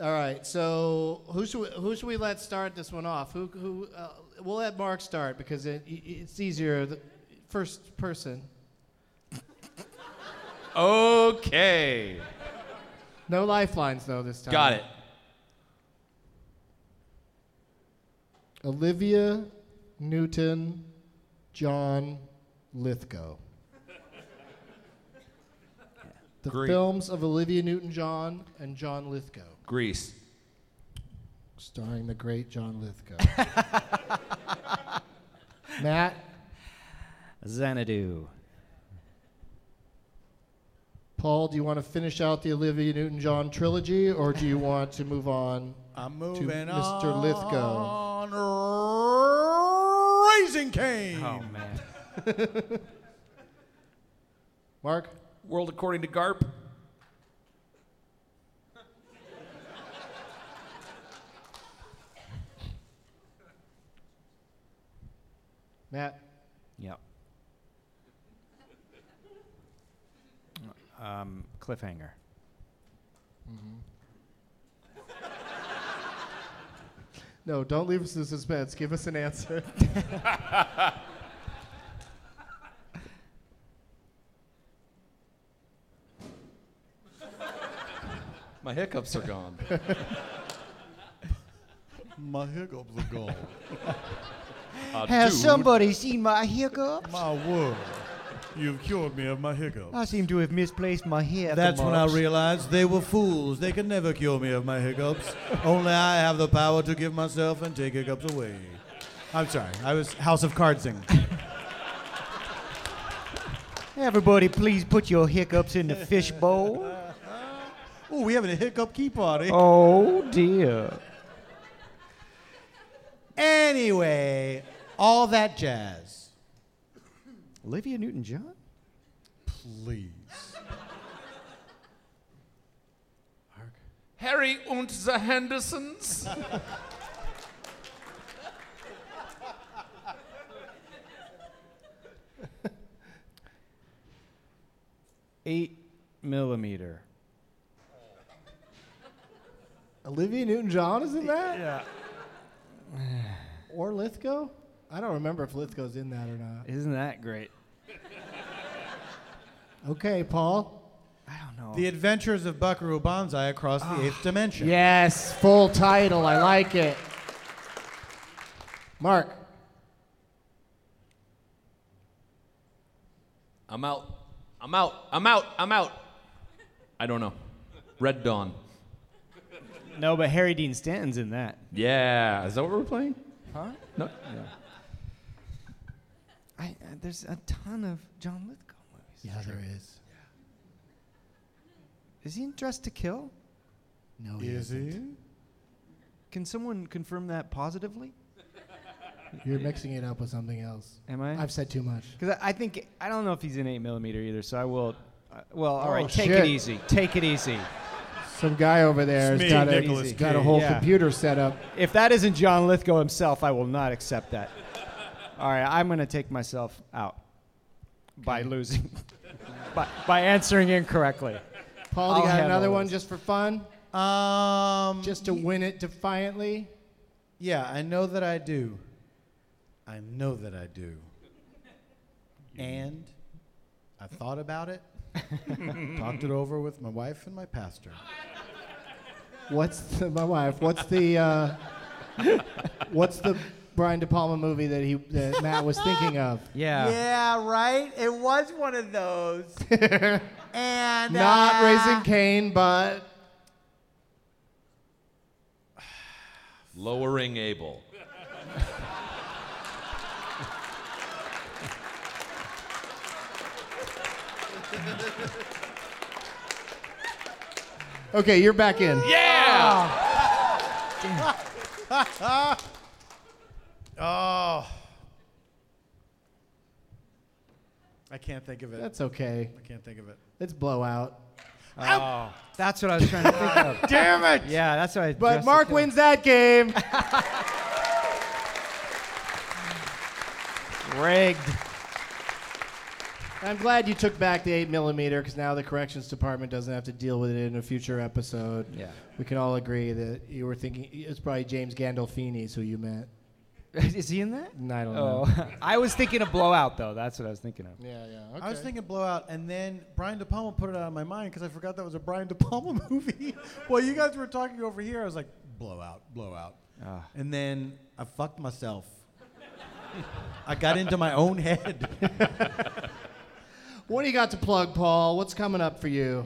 Speaker 1: All right, so who should we, who should we let start this one off? Who who? Uh, we'll let Mark start because it, it- it's easier. The first person,
Speaker 3: Okay.
Speaker 1: no lifelines though this time.
Speaker 3: Got it.
Speaker 1: Olivia Newton, John Lithgow. The
Speaker 3: Great.
Speaker 1: films of Olivia Newton-John and John Lithgow,
Speaker 3: Grease.
Speaker 1: starring the great John Lithgow. Matt,
Speaker 4: Xanadu.
Speaker 1: Paul, do you want to finish out the Olivia Newton-John trilogy, or do you want to move on
Speaker 2: I'm
Speaker 1: to
Speaker 2: moving
Speaker 1: Mr. Lithgow?
Speaker 2: on. Raising Cain.
Speaker 4: Oh, man.
Speaker 1: Mark?
Speaker 3: World According to Garp.
Speaker 1: Matt,
Speaker 4: Yep. Um, cliffhanger.
Speaker 1: no, don't leave us in suspense. Give us an answer.
Speaker 3: My hiccups are gone.
Speaker 2: My hiccups are gone.
Speaker 3: Uh,
Speaker 19: Has
Speaker 2: dude,
Speaker 19: somebody seen my hiccup?
Speaker 2: My word. You've cured me of my hiccups.
Speaker 19: I seem to have misplaced my hiccup.
Speaker 2: That's when I realized they were fools. They could never cure me of my hiccups. Only I have the power to give myself and take hiccups away. I'm sorry. I was House of Cardsing.
Speaker 19: Everybody, please put your hiccups in the fishbowl.
Speaker 2: oh, we having a hiccup key party.
Speaker 19: Oh dear.
Speaker 2: Anyway, all that jazz.
Speaker 4: Olivia Newton-John.
Speaker 2: Please.
Speaker 3: Harry und the Hendersons.
Speaker 4: Eight millimeter.
Speaker 1: Olivia Newton-John is in that?
Speaker 4: Yeah.
Speaker 1: Or Lithgow? I don't remember if Lithgow's in that or not.
Speaker 4: Isn't that great?
Speaker 1: Okay, Paul.
Speaker 2: The Adventures of Buckaroo Banzai Across the Eighth Dimension.
Speaker 1: Yes, full title. I like it. Mark,
Speaker 3: I'm out. I'm out. I'm out. I'm out. I don't know. Red Dawn.
Speaker 4: No, but Harry Dean Stanton's in that.
Speaker 3: Yeah. Is that what we're playing?
Speaker 4: Huh?
Speaker 3: No.
Speaker 4: I, uh, there's a ton of John Lithgow movies.
Speaker 1: Yeah, there is.
Speaker 4: Is he in Dress to Kill?
Speaker 1: No, he Is isn't.
Speaker 4: Can someone confirm that positively?
Speaker 1: You're mixing it up with something else.
Speaker 4: Am I?
Speaker 1: I've said too much.
Speaker 4: Because I, I think I don't know if he's in eight millimeter either. So I will. Uh, well, all
Speaker 1: Oh,
Speaker 4: right. Take
Speaker 1: shit.
Speaker 4: it easy. Take it easy.
Speaker 1: Some guy over there
Speaker 4: It's
Speaker 1: has
Speaker 4: me,
Speaker 1: got
Speaker 4: Nicolas
Speaker 1: a, got a
Speaker 4: Cage.
Speaker 1: whole
Speaker 4: Yeah.
Speaker 1: computer set up.
Speaker 20: If that isn't John Lithgow himself, I will not accept that. All right, I'm going to take myself out by losing, by, by answering incorrectly.
Speaker 1: Paul, do you
Speaker 20: I'll
Speaker 1: got
Speaker 20: have
Speaker 1: another
Speaker 20: all
Speaker 1: one
Speaker 20: those.
Speaker 1: just for fun?
Speaker 2: Um,
Speaker 1: just to win it defiantly.
Speaker 2: Yeah, I know that I do. I know that I do. And I thought about it, talked it over with my wife and my pastor.
Speaker 1: What's the, my wife? What's the uh, what's the Brian De Palma movie that he that Matt was thinking of?
Speaker 21: Yeah, right? It was one of those. and
Speaker 1: Not
Speaker 21: uh,
Speaker 1: raising Cain, but
Speaker 3: Lowering Abel.
Speaker 1: okay, you're back in.
Speaker 21: Yeah!
Speaker 2: Oh. I can't think of it.
Speaker 1: That's okay.
Speaker 2: I can't think of it.
Speaker 1: It's blowout.
Speaker 4: Oh, that's what I was trying to think of.
Speaker 2: Damn it!
Speaker 4: Yeah, that's what I.
Speaker 1: But
Speaker 4: Dress to
Speaker 1: Mark
Speaker 4: Kill.
Speaker 1: wins that game.
Speaker 4: Rigged.
Speaker 1: I'm glad you took back the eight millimeter because now the corrections department doesn't have to deal with it in a future episode.
Speaker 4: Yeah.
Speaker 1: we can all agree that you were thinking it's probably James Gandolfini's who you meant.
Speaker 4: Is he in that?
Speaker 1: I don't
Speaker 4: oh,
Speaker 1: know.
Speaker 4: I was thinking of blowout though. That's what I was thinking of.
Speaker 1: Yeah, yeah.
Speaker 2: I was thinking Blowout, and then Brian De Palma put it out of my mind because I forgot that was a Brian De Palma movie. While you guys were talking over here, I was like, Blowout, Blowout.
Speaker 4: Ah.
Speaker 2: And then I fucked myself. I got into my own head.
Speaker 1: What do you got to plug, Paul? What's coming up for you?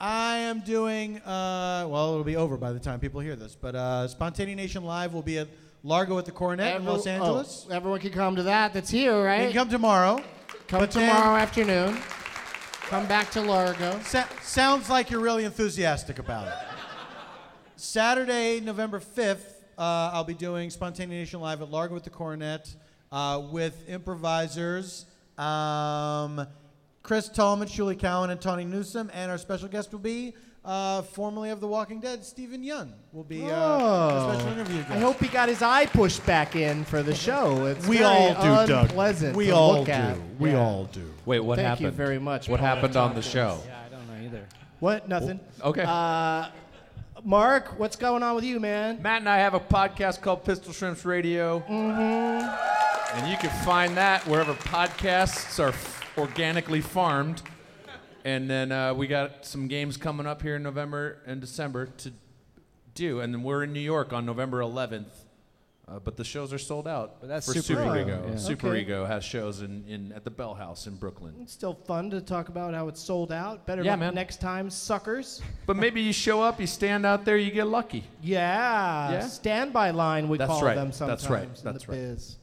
Speaker 2: I am doing, uh, well, it'll be over by the time people hear this, but uh, Spontaneous Nation Live will be at Largo at the Coronet in
Speaker 1: Every-
Speaker 2: Los Angeles.
Speaker 1: oh, everyone can come to that. That's here, right?
Speaker 2: You can come tomorrow.
Speaker 1: Come
Speaker 2: but then-
Speaker 1: tomorrow afternoon. Come back to Largo.
Speaker 2: Sa- sounds like you're really enthusiastic about it. Saturday, November 5th, uh, I'll be doing Spontaneous Nation Live at Largo with the Coronet uh, with improvisers um, Chris Tallman, Shuli Cowan, and Tawny Newsom. And our special guest will be, uh, formerly of The Walking Dead, Stephen Yun. Will be uh, a special interview. guest.
Speaker 1: Oh. I hope he got his eye pushed back in for the show. It's
Speaker 2: We
Speaker 1: very
Speaker 2: all do, Doug.
Speaker 1: unpleasant
Speaker 2: We
Speaker 1: to
Speaker 2: all
Speaker 1: look at.
Speaker 2: do. We all do.
Speaker 3: Wait, what
Speaker 1: Thank
Speaker 3: happened?
Speaker 1: you very much.
Speaker 3: What
Speaker 1: Paul
Speaker 3: happened on the
Speaker 1: Tompkins.
Speaker 3: show? Oh.
Speaker 4: I don't know either.
Speaker 1: What? Nothing.
Speaker 3: okay.
Speaker 1: Uh, Mark, what's going on with you, man?
Speaker 3: Matt and I have a podcast called Pistol Shrimps Radio. Mm-hmm. And you can find that wherever podcasts are f- organically farmed. And then uh, we got some games coming up here in November and December to do. And then we're in New York on November 11th. Uh, but the shows are sold out but
Speaker 4: that's
Speaker 3: for Super
Speaker 4: Super Ego,
Speaker 3: Ego.
Speaker 4: yeah.
Speaker 3: Super
Speaker 1: Okay.
Speaker 3: Ego has shows in, in at the Bell House in Brooklyn.
Speaker 1: It's still fun to talk about how it's sold out. Better
Speaker 3: Yeah,
Speaker 1: luck
Speaker 3: man.
Speaker 1: next time, suckers.
Speaker 3: But maybe you show up, you stand out there, you get lucky.
Speaker 1: Yeah.
Speaker 3: Yeah?
Speaker 1: Standby line, we
Speaker 3: That's
Speaker 1: call
Speaker 3: right.
Speaker 1: them sometimes
Speaker 3: That's right.
Speaker 1: in
Speaker 3: That's
Speaker 1: the
Speaker 3: right.
Speaker 1: biz.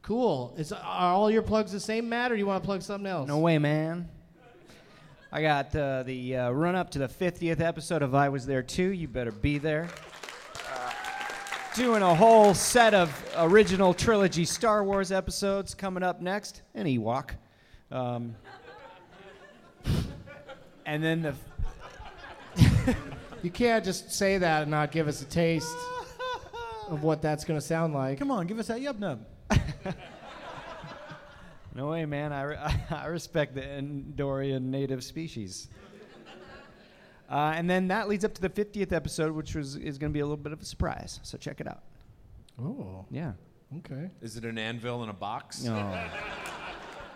Speaker 1: Cool. Is, are all your plugs the same, Matt, or do you want to plug something else?
Speaker 4: No way, man. I got uh, the uh, run up to the 50th episode of I Was There Too. You better be there. Doing a whole set of original trilogy Star Wars episodes coming up next. An Ewok. Um, and then the.
Speaker 1: You can't just say that and not give us a taste of what that's going to sound like.
Speaker 2: Come on, give us that yub nub.
Speaker 4: No way, man. I, re- I respect the Andorian native species. Uh, and then that leads up to the 50th episode, which was, is going to be a little bit of a surprise. So check it out.
Speaker 1: Oh.
Speaker 4: Yeah.
Speaker 1: Okay.
Speaker 3: Is it an anvil in a box?
Speaker 4: No.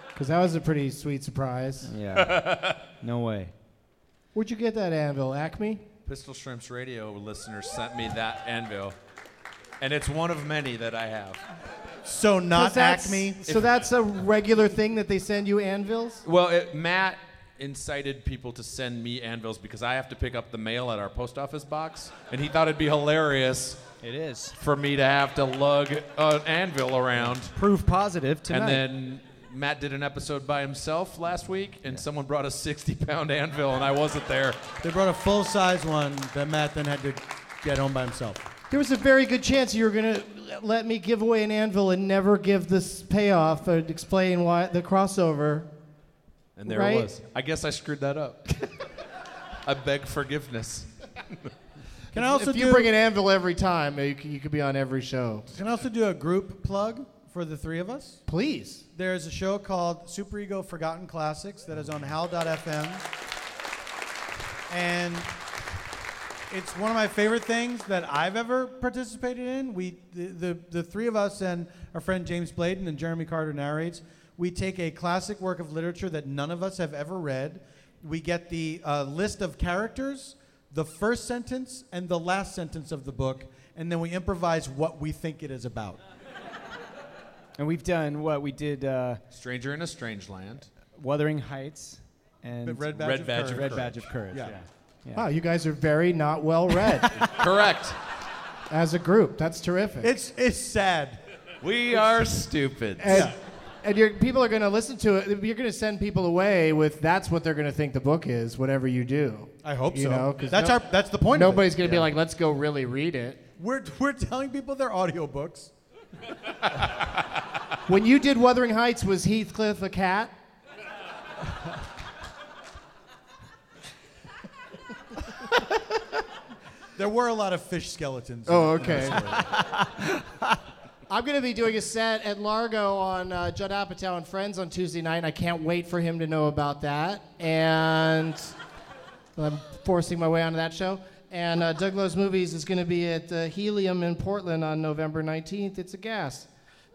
Speaker 1: Because that was a pretty sweet surprise.
Speaker 3: Yeah.
Speaker 4: no way.
Speaker 1: Where'd you get that anvil? Acme?
Speaker 3: Pistol Shrimps Radio listeners sent me that anvil, and it's one of many that I have.
Speaker 2: So
Speaker 1: 'Cause that's- So that's a regular thing that they send you anvils?
Speaker 3: Well, it, Matt incited people to send me anvils because I have to pick up the mail at our post office box, and he thought it'd be hilarious
Speaker 4: It is.
Speaker 3: for me to have to lug an anvil around.
Speaker 4: Proof positive tonight.
Speaker 3: And then Matt did an episode by himself last week, and someone brought a 60 pound anvil, and I wasn't there.
Speaker 2: They brought a full size one that Matt then had to get home by himself.
Speaker 1: There was a very good chance you were going to let me give away an anvil and never give this payoff and explain why the crossover.
Speaker 3: And there
Speaker 1: Right?
Speaker 3: it was. I guess I screwed that up. I beg forgiveness.
Speaker 2: Can I also
Speaker 1: if you
Speaker 2: do-
Speaker 1: bring an anvil every time, you c- you could be on every show.
Speaker 2: Can I also do a group plug for the three of us?
Speaker 1: Please.
Speaker 2: There's a show called Super Ego Forgotten Classics that is on howl.fm. And it's one of my favorite things that I've ever participated in. We, the, the, the three of us and our friend James Bladen and Jeremy Carter narrates, we take a classic work of literature that none of us have ever read. We get the uh, list of characters, the first sentence, and the last sentence of the book, and then we improvise what we think it is about.
Speaker 4: and we've done what we did uh,
Speaker 3: Stranger in a Strange Land.
Speaker 4: Wuthering Heights and
Speaker 3: Red Badge Red of Badge Courage. of
Speaker 4: Red
Speaker 3: Courage.
Speaker 4: Badge of Courage.
Speaker 3: Yeah.
Speaker 4: Yeah.
Speaker 1: Wow, you guys are very not well read.
Speaker 3: Correct.
Speaker 1: As a group, that's terrific.
Speaker 2: It's it's sad.
Speaker 3: We are stupid.
Speaker 1: And, and your people are going to listen to it. You're going to send people away with that's what they're going to think the book is, whatever you do.
Speaker 2: I hope
Speaker 1: you
Speaker 2: so.
Speaker 1: Know, 'cause
Speaker 2: That's our- that's the point of it.
Speaker 1: Nobody's going to be
Speaker 2: Yeah.
Speaker 1: like, let's go really read it.
Speaker 2: We're, we're telling people they're audiobooks.
Speaker 1: When you did Wuthering Heights, was Heathcliff a cat?
Speaker 2: There were a lot of fish skeletons. in
Speaker 1: Oh,
Speaker 2: it, in
Speaker 1: okay.
Speaker 2: the story.
Speaker 1: I'm going to be doing a set at Largo on uh, Judd Apatow and Friends on Tuesday night, and I can't wait for him to know about that. And I'm forcing my way onto that show. And uh, Doug Loves Movies is going to be at uh, Helium in Portland on November 19th. It's a gas.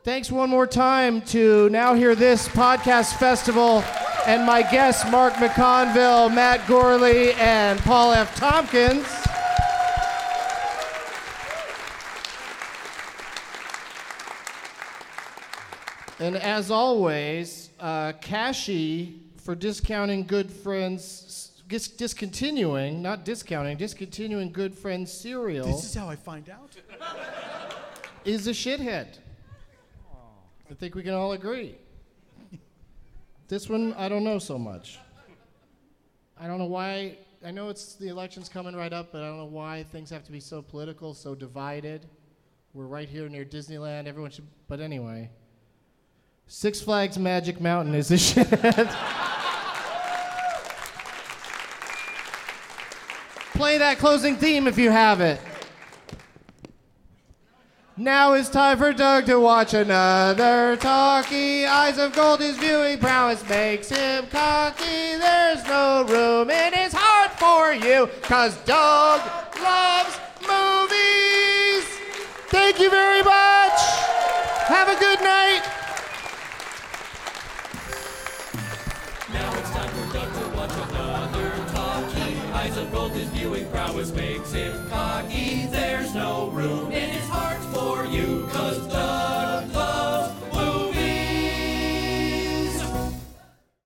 Speaker 1: Thanks one more time to Now Hear This Podcast Festival and my guests, Mark McConville, Matt Gorley, and Paul F. Tompkins. And as always, uh, Cashy for discounting good friends, dis- discontinuing, not discounting, discontinuing good friends cereal
Speaker 2: This is how I find out.
Speaker 1: is a shithead. I think we can all agree. This one, I don't know so much. I don't know why. I know it's the election's coming right up, but I don't know why things have to be so political, so divided. We're right here near Disneyland. Everyone should. But anyway, Six Flags Magic Mountain is a shithead. Play that closing theme if you have it. Now it's time for Doug to watch another talkie. Eyes of gold is viewing prowess makes him cocky. There's no room in his heart for you, cause Doug loves movies. Thank you very much. Have a good night.
Speaker 22: Now it's time for Doug to watch another talkie. Eyes of gold, his viewing prowess makes him cocky. There's no room in his heart for you, cause Doug.